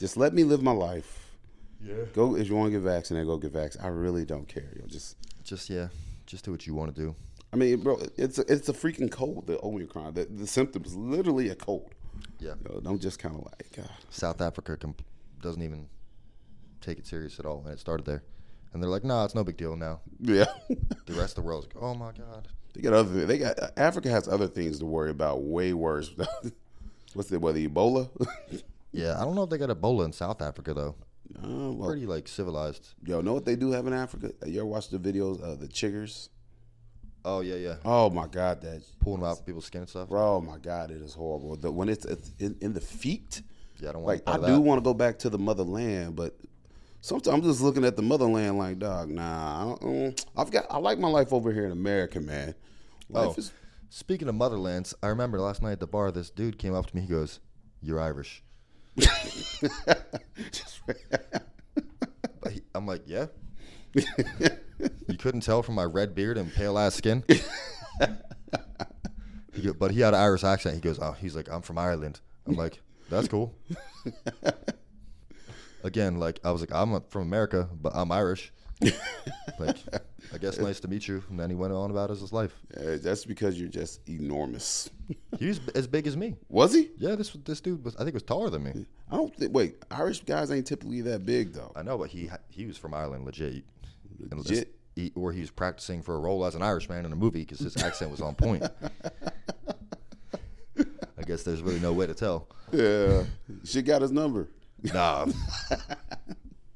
A: Just let me live my life. Yeah. Go if you want to get vaccinated, go get vaccinated. I really don't care. Yo, just,
D: Just yeah, just do what you want to do.
A: I mean, bro, it's a, it's a freaking cold. The Omicron. The, the symptoms, literally a cold.
D: Yeah.
A: Yo, don't just kind of like, uh, God.
D: South Africa com- doesn't even take it serious at all, and it started there. And they're like, nah, it's no big deal now.
A: Yeah.
D: The rest of the world's like, oh my god.
A: they got other. They got uh, Africa has other things to worry about. Way worse. What's it? Whether Ebola.
D: Yeah, I don't know if they got Ebola in South Africa though.
A: Oh, well,
D: Pretty like civilized.
A: yo, know what they do have in Africa? You ever watch the videos of the chiggers?
D: Oh yeah, yeah.
A: Oh my god, that
D: Pulling them out of people's skin and stuff.
A: bro, oh my god, it is horrible. The, when it's, it's in, in the feet,
D: Yeah, I don't want.
A: like I do want to go back to the motherland, but sometimes I'm just looking at the motherland like, dog, nah, I don't, mm, I've got, I like my life over here in America, man. Life
D: Oh.
A: is,
D: Speaking of motherlands, I remember last night at the bar, this dude came up to me. He goes, "You're Irish." But he- I'm like, "Yeah." you couldn't tell from my red beard and pale ass skin. He go- but he had an Irish accent. He goes, "Oh, he's like, I'm from Ireland." I'm like, "That's cool." Again, like I was like, "I'm from America, but I'm Irish." like, I guess nice to meet you. And then he went on about his life.
A: uh, that's because you're just enormous.
D: He was as big as me.
A: Was he?
D: Yeah, this this dude was I think was taller than me.
A: I don't think. Wait, Irish guys ain't typically that big though.
D: I know, but he ha- he was from Ireland, legit. And this-
A: Legit.
D: he, or he was practicing for a role as an Irishman in a movie because his accent was on point. I guess there's really no way to tell.
A: Yeah, she got his number.
D: Nah,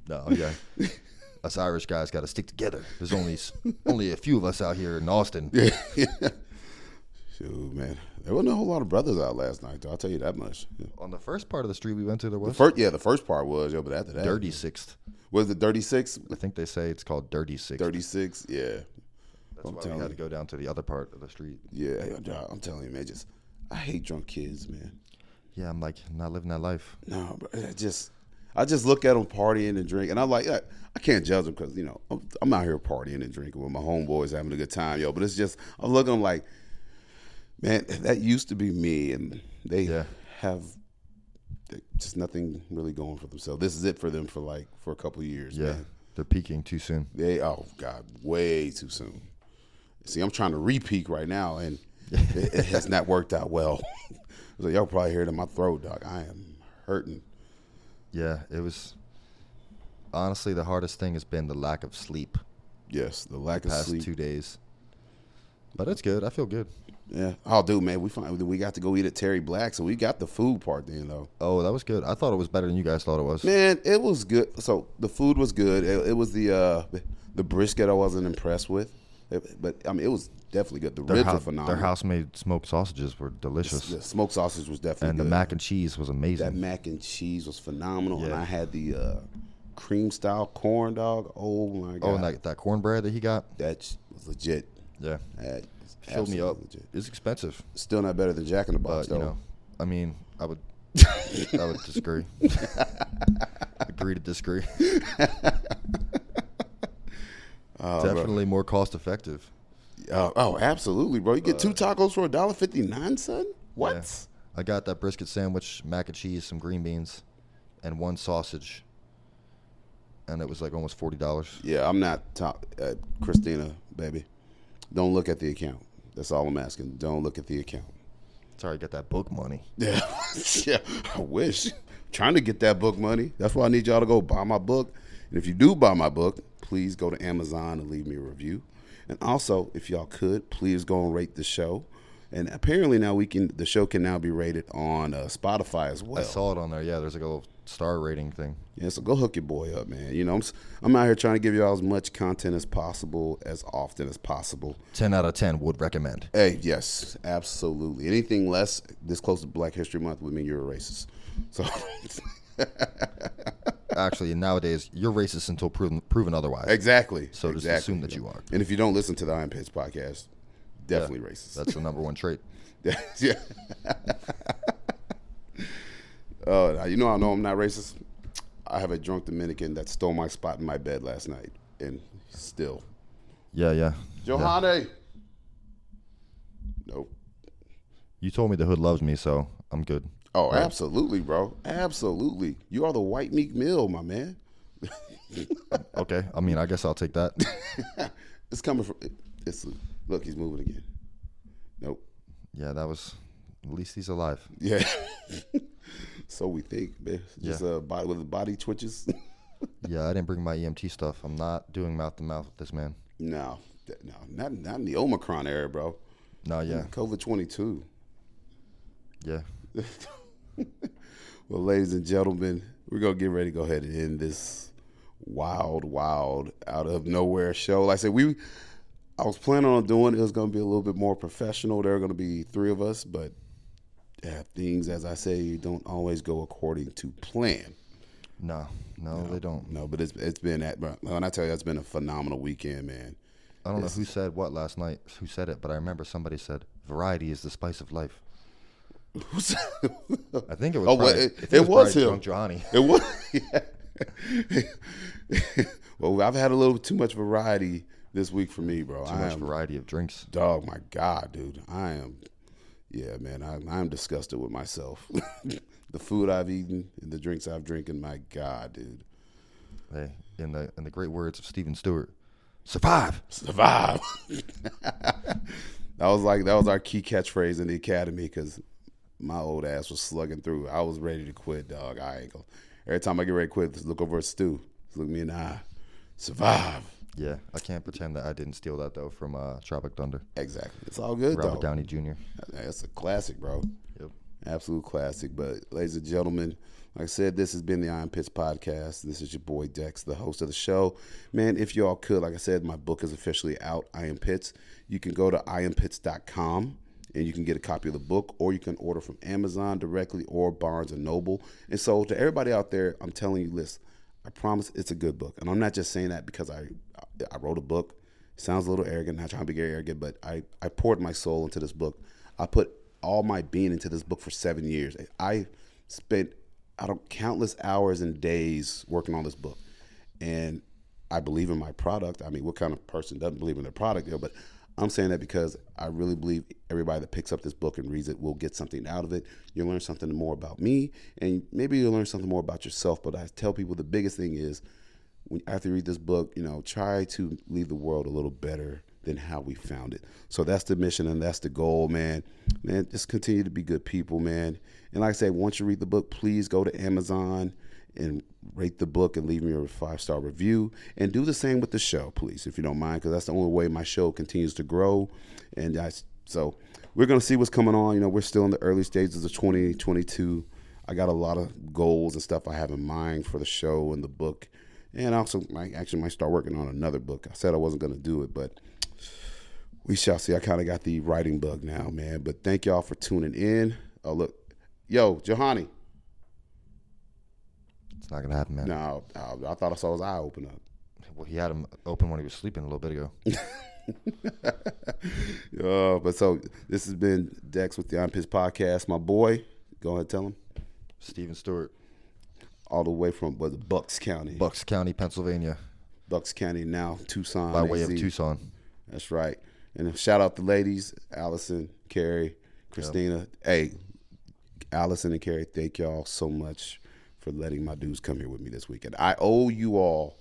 D: no, yeah. Us Irish guys got to stick together. There's only s- only a few of us out here in Austin.
A: Shoot, man, there wasn't a whole lot of brothers out last night though. I'll tell you that much. Yeah.
D: On the first part of the street we went to, there was
A: First, yeah, the first part was yo, but after that,
D: Dirty Sixth.
A: was it thirty six?
D: I think they say it's called Dirty Sixth.
A: 36 yeah
D: That's why
A: telling
D: we had to
A: you.
D: go down to the other part of the street.
A: yeah yo, dog, i'm telling you man just i hate drunk kids man
D: Yeah, I'm like not living that life.
A: no bro, I just i just look at them partying and drink and i'm like i, I can't judge them because you know I'm, I'm out here partying and drinking with my homeboys having a good time yo but it's just i'm looking I'm like man that used to be me and they
D: Yeah.
A: have just nothing really going for themselves this is it for them for like for a couple years
D: Yeah,
A: man.
D: they're peaking too soon.
A: They oh god, way too soon. See, I'm trying to re-peak right now, and it, it has not worked out well. so y'all probably hear it in my throat, dog. I am hurting.
D: Yeah, it was. honestly, the hardest thing has been the lack of sleep
A: Yes, the lack of
D: past
A: sleep.
D: two days. But it's good. I feel good.
A: Yeah. Oh, dude, man, we finally we got to go eat at Terry Black, so we got the food part then though.
D: Oh, that was good. I thought it was better than you guys thought it was.
A: Man, it was good. So the food was good. It, it was the uh the brisket I wasn't impressed with, It- but I mean it was definitely good. The
D: Their,
A: ribs
D: hou-
A: were phenomenal.
D: their house-made smoked sausages were delicious,
A: the smoked sausage was definitely
D: and the
A: good.
D: mac and cheese was
A: that
D: amazing.
A: mac and cheese was phenomenal, and
D: Yeah.
A: I had the uh, cream style corn dog. Oh my god,
D: oh, and that, that cornbread that he got.
A: that sh- was legit.
D: Yeah,
A: That was
D: filled me
A: absolutely
D: up.
A: legit.
D: It's expensive,
A: Still not better than Jack in the Box,
D: but you
A: though.
D: know, I mean, I would, I would disagree. Agree to disagree. Definitely more cost-effective.
A: Uh, oh, absolutely, bro. You get
D: Uh,
A: two tacos for a dollar fifty nine, son. What?
D: I got that brisket sandwich, mac and cheese, some green beans, and one sausage, and it was like almost forty dollars.
A: Yeah, I'm not top uh, Christina, baby. Don't look at the account. That's all I'm asking. Don't look at the account.
D: Sorry, I got that book money.
A: Yeah, yeah. I wish. Trying to get that book money. That's why I need y'all to go buy my book. And if you do buy my book, please go to Amazon and leave me a review. And also, if y'all could, please go and rate the show. And apparently now we can. The show can now be rated on uh, Spotify as well.
D: I saw it on there. Yeah, there's like a little star rating thing.
A: Yeah, so go hook your boy up, man. You know, I'm s- I'm out here trying to give y'all as much content as possible, as often as possible.
D: Ten out of ten would recommend.
A: Hey, yes, absolutely. Anything less this close to Black History Month would mean you're a racist. So,
D: Actually, nowadays you're racist until proven proven otherwise.
A: exactly.
D: So just
A: exactly.
D: assume that you are.
A: And if you don't listen to the Iron Pitch podcast, definitely racist.
D: That's the number one trait.
A: yeah. Oh, now, you know, I know I'm not racist. I have a drunk Dominican that stole my spot in my bed last night, and still
D: Yeah, yeah. Yeah.
A: Johanne. Nope.
D: You told me the hood loves me, so I'm good.
A: Oh, absolutely, bro. Absolutely. You are the white meek mill, my man.
D: Okay. I mean, I guess I'll take that.
A: It's coming from. It's look. He's moving again. Nope.
D: yeah, that was. At least he's alive.
A: Yeah. so we think, man. Just
D: Yeah.
A: uh, body with the body twitches.
D: Yeah, I didn't bring my EMT stuff. I'm not doing mouth to mouth with this man.
A: no, that- no, not not in the Omicron era, bro.
D: No, yeah,
A: COVID twenty two.
D: yeah.
A: Well, ladies and gentlemen, we're gonna get ready to go ahead and end this wild, wild, out of nowhere show. Like I said, we I was planning on doing it was gonna be a little bit more professional. There are gonna be three of us, but yeah, things as I say don't always go according to plan.
D: No, no, they don't.
A: No, but it's it's been at when I tell you it's been a phenomenal weekend, man.
D: I don't know who said what last night, who said it, but I remember somebody said, variety is the spice of life. I think it was
A: Oh, well,
D: probably,
A: it-
D: I think
A: it was
D: probably
A: him.
D: Drunk Johnny.
A: It was. yeah. well, I've had a little too much variety this week for me, bro.
D: Too
A: I
D: much
A: am
D: variety of drinks.
A: dog my god dude i am yeah man i'm, I'm disgusted with myself the food i've eaten and the drinks i've drinking my god dude
D: Hey, in the in the great words of Stephen Stewart, survive.
A: survive that was like that was our key catchphrase in the academy because my old ass was slugging through i was ready to quit dog i ain't gonna every time i get ready to quit just look over at stu just look me in the eye survive
D: Yeah, I can't pretend that I didn't steal that though from uh, Tropic Thunder,
A: exactly it's all good
D: Robert
A: dog.
D: Downey Jr.
A: that's a classic bro
D: Yep.
A: Absolute classic. But, ladies and gentlemen, like I said, this has been the Iron Pits Podcast. This is your boy Dex, the host of the show. Man, if y'all could, like I said, my book is officially out, Iron Pits. You can go to ironpits.com and you can get a copy of the book, or you can order from Amazon directly or Barnes and Noble. And so, to everybody out there, I'm telling you, listen, I promise it's a good book. And I'm not just saying that because I I wrote a book. Sounds a little arrogant, not trying to be arrogant, but I, I poured my soul into this book. I put all my being into this book for seven years. I spent I don't countless hours and days working on this book. And I believe in my product. I mean, what kind of person doesn't believe in their product? Yo, but I'm saying that because I really believe everybody that picks up this book and reads it will get something out of it. You'll learn something more about me, and maybe you'll learn something more about yourself. But I tell people the biggest thing is, when, after you read this book, you know, try to leave the world a little better than how we found it. So that's the mission and that's the goal, man. Man, just continue to be good people, man. And like I said, once you read the book, please go to Amazon and rate the book and leave me a five star review. And do the same with the show, please, if you don't mind, because that's the only way my show continues to grow. And I, so we're going to see what's coming on. You know, we're still in the early stages of 2022. I got a lot of goals and stuff I have in mind for the show and the book. And I also, I actually might start working on another book. I said I wasn't going to do it, but we shall see. I kind of got the writing bug now, man. But thank y'all for tuning in. Oh, look. Yo, Johanny.
D: It's not gonna happen, man.
A: No, I, I thought I saw his eye open up.
D: Well, he had him open when he was sleeping a little bit ago.
A: Uh, but so this has been Dex with the On Piss Podcast. My boy, go ahead tell him.
D: Steven Stewart,
A: All the way from was it Bucks County.
D: Bucks County, Pennsylvania,
A: Bucks County now, Tucson.
D: by way of
A: AC.
D: Tucson.
A: That's right. And a shout out the ladies, Allison, Carrie, Christina. Hey, Allison and Carrie, thank y'all so much for letting my dudes come here with me this weekend. I owe you all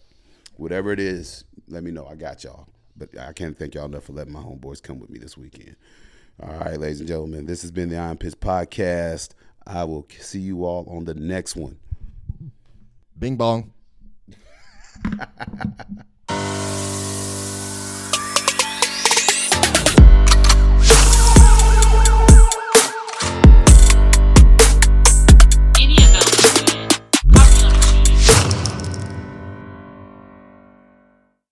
A: whatever it is. Let me know. I got y'all. But I can't thank y'all enough for letting my homeboys come with me this weekend. All right, ladies and gentlemen, this has been the Iron Piss Podcast. I will see you all on the next one.
D: Bing bong.